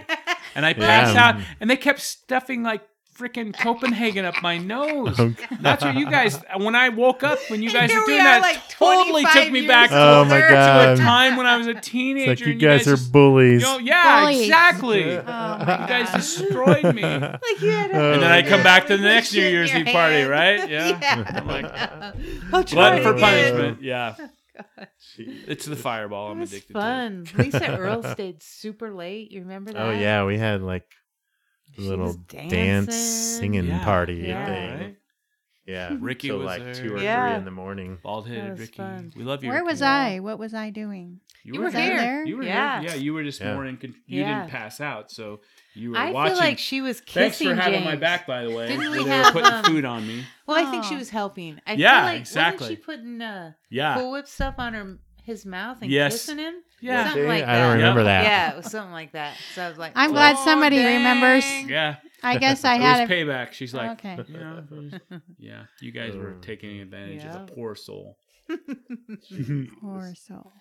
S3: and I pass
S1: Yeah.
S3: out and they kept stuffing like freaking Copenhagen up my nose
S1: Oh,
S3: That's what you guys. When I woke up, when you
S2: And
S3: guys
S2: here
S3: were
S2: we
S3: doing
S2: are,
S3: that,
S2: like,
S3: totally
S2: 25
S3: took me
S2: years
S3: back to,
S1: Oh my
S3: to a
S1: God.
S3: time when I was a
S1: It's
S3: teenager.
S1: like you
S3: and
S1: guys are
S3: just-
S1: bullies.
S3: you know, yeah,
S4: Bullies.
S3: exactly.
S1: Yeah.
S3: You
S4: Oh my
S3: guys
S4: God.
S3: destroyed me. And
S2: like you had a,
S1: And
S3: then I come
S2: Yeah,
S3: back to the
S2: with
S3: next New
S2: shit in
S3: Year's
S2: your
S3: Eve party,
S2: hand.
S3: right? Yeah.
S2: yeah.
S3: I'm like
S2: Oh,
S3: glutton for
S2: Jordan.
S3: punishment. Yeah,
S1: Jeez.
S3: it's the fireball.
S2: It
S3: I'm
S2: was
S3: addicted to.
S2: fun. Lisa Earl stayed super late. You remember that?
S1: Oh yeah, we had like a
S2: She
S1: little
S2: was
S1: dance
S2: dancing.
S1: singing
S3: Yeah.
S1: party
S2: Yeah.
S1: thing.
S3: Right?
S1: Yeah,
S3: Ricky
S1: till
S3: was
S1: like
S3: there.
S1: two or
S2: Yeah.
S1: three in the morning.
S3: Bald
S2: That
S3: headed
S2: was
S3: Ricky.
S2: fun.
S3: We love you.
S4: Where
S3: Ricky.
S4: was I? What was I doing?
S2: You were
S4: Was I
S2: here.
S4: there?
S3: You were
S2: Yeah.
S3: here. Yeah, you were just
S1: Yeah.
S3: more in. Con- you
S2: Yeah.
S3: didn't pass out, so you were
S2: I
S3: watching.
S2: feel like she was kissing
S3: Thanks for having my
S2: James.
S3: back, by the way.
S2: Didn't we
S3: when
S2: have,
S3: they were putting
S2: um,
S3: food on me.
S2: Well, I think she
S4: Aw.
S2: was helping. I
S3: Yeah,
S2: feel like,
S3: exactly.
S2: Wasn't she putting uh,
S3: Yeah.
S2: Cool Whip stuff on her his mouth and
S3: Yes.
S2: kissing him?
S3: Yeah.
S2: something
S1: See?
S2: like
S1: I don't
S2: that.
S1: remember that.
S2: Yeah, it was something like that. So I was like,
S4: I'm glad
S2: "Oh,
S4: somebody
S2: dang."
S4: remembers.
S3: Yeah.
S4: I guess I
S3: It
S4: had
S3: was
S4: a
S3: payback. She's like,
S4: okay.
S3: you know, it was- yeah, you guys were taking advantage of the
S2: Yeah.
S3: poor soul.
S4: Poor soul.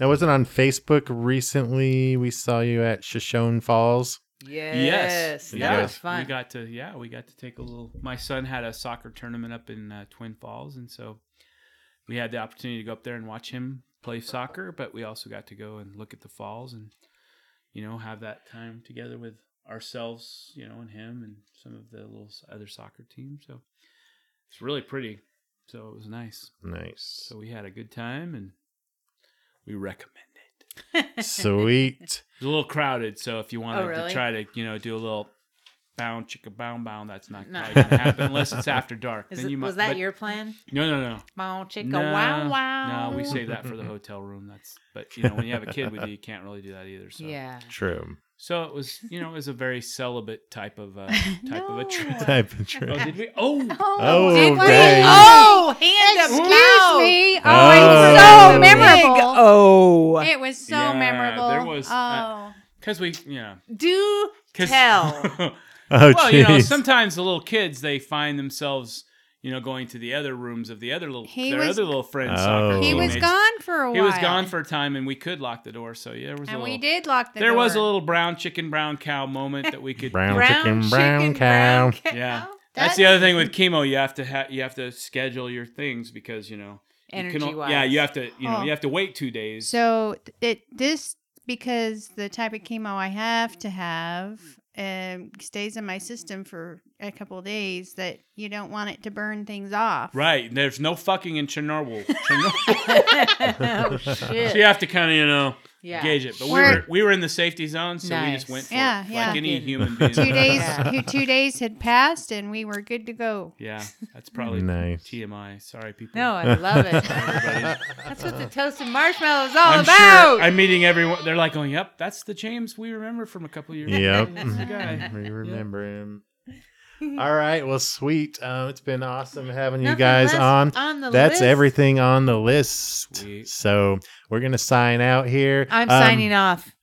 S1: Now wasn't on Facebook recently. We saw you at Shoshone Falls.
S2: Yes, that
S1: Yeah.
S2: was fun.
S3: We got to, yeah, we got to take a little. My son had a soccer tournament up in uh, Twin Falls, and so we had the opportunity to go up there and watch him play soccer, but we also got to go and look at the falls and, you know, have that time together with ourselves, you know, and him and some of the little s- other soccer team. So it's really pretty. So it was nice.
S1: Nice,
S3: So we had a good time and we recommend it. It
S1: sweet.
S3: was a little crowded, so if you wanted
S2: Oh, really?
S3: to try to, you know, do a little bound chicka bound bound. That's not
S2: No.
S3: probably gonna happen unless it's after dark.
S2: Is
S3: then
S2: it,
S3: you might,
S2: was that
S3: but-
S2: your plan?
S3: No, no, no.
S2: Wow, chicka
S3: No,
S2: wow wow.
S3: No, we save that for the hotel room. That's but you know when you have a kid with you, you can't really do that either. So
S2: Yeah.
S1: True.
S3: So it was you know it was a very celibate type of uh, type of a trip.
S4: No.
S1: Type of true.
S3: Oh, did we? Oh,
S1: Oh,
S4: did we?
S1: dang.
S2: Oh, hand up.
S4: excuse me. Oh,
S1: Oh.
S4: it's so memorable.
S2: Oh.
S4: It was so
S3: Yeah,
S4: memorable.
S3: there was,
S4: oh,
S3: uh, because we yeah.
S2: Do
S3: 'Cause-
S2: tell.
S1: Oh,
S3: well, you know
S1: jeez.
S3: sometimes the little kids they find themselves you know going to the other rooms of the other little
S4: He
S3: their
S4: was-
S3: other little friends.
S1: Oh.
S3: soccer
S4: he was
S3: teammates.
S4: gone for a while.
S3: He was gone for a time, and we could lock the door. So yeah, there was a
S4: And
S3: little,
S4: we did lock the
S3: there
S4: door.
S3: was a little brown chicken, brown cow moment that we could.
S1: Brown
S2: Brown
S1: chicken, brown
S2: chicken,
S1: cow.
S2: brown cow.
S3: Yeah.
S4: That's-
S3: That's the other thing with chemo. You have to ha- you have to schedule your things because you know you can
S2: Energy
S3: o-
S2: wise.
S3: Yeah, you have to you know
S4: Huh.
S3: you have to wait two days.
S4: Oh. So th- it this because the type of chemo I have to have um, stays in my system for a couple of days. That you don't want it to burn things off.
S3: right, there's no fucking in Chernobyl. Chernobyl.
S2: oh
S3: so
S2: shit.
S3: you have to kind of you know
S2: Yeah.
S3: gauge it. But we
S4: We're-
S3: were we were in the safety zone, so we
S2: Nice.
S3: just went for
S4: Yeah,
S3: it,
S4: yeah.
S3: like any
S2: Fucking
S3: human being.
S4: Two days.
S2: Yeah.
S4: two- Two days had passed, and we were good to go.
S3: Yeah, that's probably
S1: Nice.
S3: TMI. Sorry, people.
S2: No, I love it.
S3: Everybody.
S2: That's what the toasted marshmallow is all
S3: I'm
S2: about.
S3: sure I'm meeting everyone. They're like going, "Yep, that's the James we remember from a couple years."
S1: Yep.
S3: That's the guy.
S1: we remember him. All right. Well, sweet. Um, it's been awesome having you
S2: Nothing
S1: guys
S2: less
S1: on.
S2: the
S1: That's
S2: list.
S1: everything on the list.
S3: Sweet.
S1: So we're gonna sign out here.
S2: I'm
S1: Um,
S2: signing off.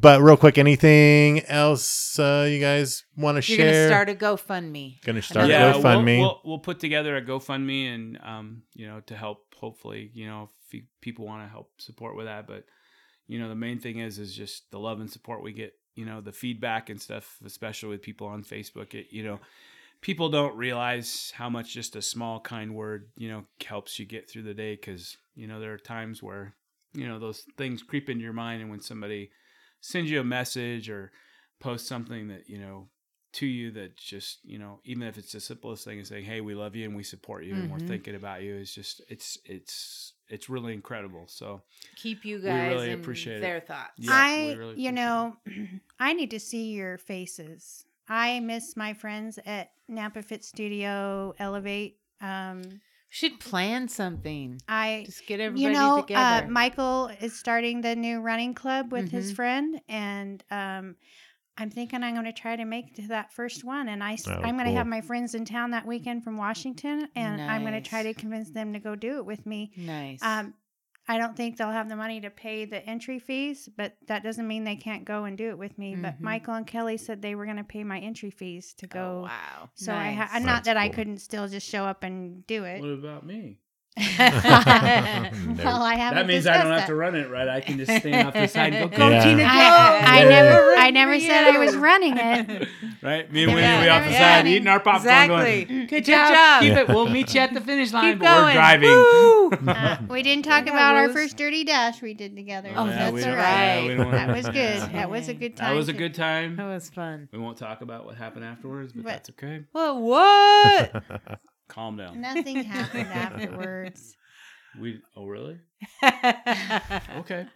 S1: But real quick, anything else uh, you guys want to
S2: You're
S1: share?
S2: gonna start a GoFundMe.
S1: Gonna start
S2: Yeah,
S1: a GoFundMe.
S3: uh, We'll, we'll, we'll put together a GoFundMe and um, you know, to help hopefully, you know, if you- people want to help support with that. But you know, the main thing is is just the love and support we get. You know, the feedback and stuff, especially with people on Facebook. It you know, people don't realize how much just a small kind word you know helps you get through the day because you know there are times where you know those things creep into your mind, and when somebody sends you a message or posts something that you know to you that just you know even if it's the simplest thing is saying hey we love you and we support you and we're
S2: Mhm.
S3: thinking about you it's just it's it's it's really incredible so
S2: Keep you
S3: We
S2: guys
S3: really
S2: in
S3: appreciate it.
S2: their thoughts.
S3: Yeah,
S4: I,
S3: we really
S4: you
S3: appreciate
S4: know, I need to see your faces. I miss my friends at Napa Fit Studio Elevate. Um,
S2: Should plan something.
S4: I,
S2: Just get everybody
S4: you know, uh,
S2: together. Mm-hmm.
S4: Michael is starting the new running club with his friend, and um, I'm thinking I'm going to try to make it to that first one. And I, s-
S1: Oh,
S4: I'm going to have
S1: cool.
S4: my friends in town that weekend from Washington, and I'm going to try to
S2: Nice.
S4: convince them to go do it with me.
S2: nice. Oh,
S4: Um, I don't think they'll have the money to pay the entry fees, but that doesn't mean they can't go and do it with me. But
S2: Mhm.
S4: Michael and Kelly said they were going to pay my entry fees to go.
S2: Oh, wow.
S4: So I ha-
S2: Nice.
S4: not
S1: That's
S4: that I
S1: cool.
S4: couldn't still just show up and do it.
S3: what about me
S1: Nope.
S4: Well, I haven't.
S3: that means i don't have
S4: discussed
S3: to
S4: that.
S3: run it right i can just stand off the side and go go
S1: Yeah.
S3: Tina, go
S4: I, I
S1: Yeah.
S4: never, I
S2: Run
S4: never
S2: for
S4: said I was
S2: you.
S4: running it.
S3: right me and
S4: Yeah.
S3: winnie we off the
S2: Yeah.
S3: side eating our popcorn
S2: exactly.
S3: going,
S2: Good, job.
S3: keep
S1: Yeah.
S3: it we'll meet you at the finish line
S2: Keep
S3: but we're
S2: going.
S3: driving
S2: Woo!
S4: Uh, we didn't talk
S2: Yeah,
S4: about our
S2: Rose.
S4: first dirty dash we did together.
S2: Oh,
S4: so
S2: yeah,
S4: that's
S3: we
S4: all
S3: don't-
S4: right.
S3: yeah, we don't wanna-
S4: That was good. That was a
S2: That
S4: good time.
S3: that was a
S4: to-
S3: good time
S2: That was fun.
S3: we won't talk about what happened afterwards but
S4: But-
S3: that's okay
S2: Well, what?
S3: calm down
S4: Nothing happened afterwards.
S3: we oh really
S2: that
S3: okay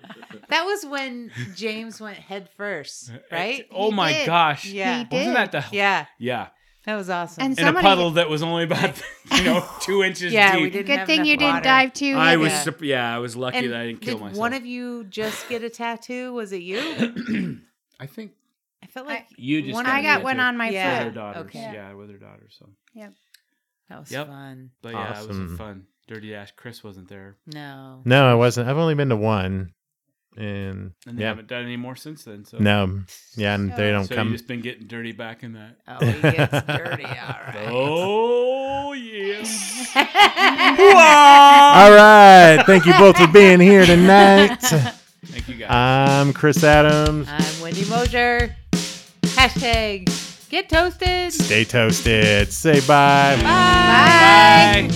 S2: was when James went head first, right?
S3: oh
S4: He
S3: my
S4: did.
S3: gosh
S2: Yeah.
S4: He
S3: wasn't
S4: did.
S3: that the
S2: Yeah,
S3: yeah
S2: that was awesome.
S4: And
S3: in
S4: Somebody-
S3: a puddle that was only about you know two inches
S2: yeah,
S3: deep.
S2: we didn't.
S4: Good
S2: have
S4: thing
S2: enough
S4: you
S2: water.
S4: didn't dive too.
S3: I was
S2: Yeah.
S3: sup- yeah, I was lucky that I didn't kill
S2: did
S3: myself.
S2: one of you just get a tattoo? Was it you?
S3: I think
S2: I felt like
S3: you just.
S2: One-
S4: I got one
S3: tattoo
S4: on my
S2: Yeah.
S3: with
S4: foot.
S3: her daughters.
S2: Okay.
S3: Yeah. with her daughters. So,
S2: that was
S3: Yep.
S2: fun.
S3: but yeah, it was
S1: Awesome.
S3: a fun. Dirty Dash. Chris wasn't there,
S2: No.
S1: no, I wasn't. I've only been to one, and,
S3: and they
S1: yeah,
S3: haven't done any more since then. So
S1: no, yeah, and they don't
S3: so
S1: come.
S3: you just been getting dirty back in that.
S2: Oh, he gets dirty. All right.
S3: Oh yes.
S2: Oh.
S1: All right, thank you both for being here tonight.
S3: Thank you guys.
S1: Uh, I'm Chris Adams.
S2: I'm Wendy Mosier. Hashtag get toasted.
S1: Stay toasted. Say bye.
S2: Bye.
S3: Bye.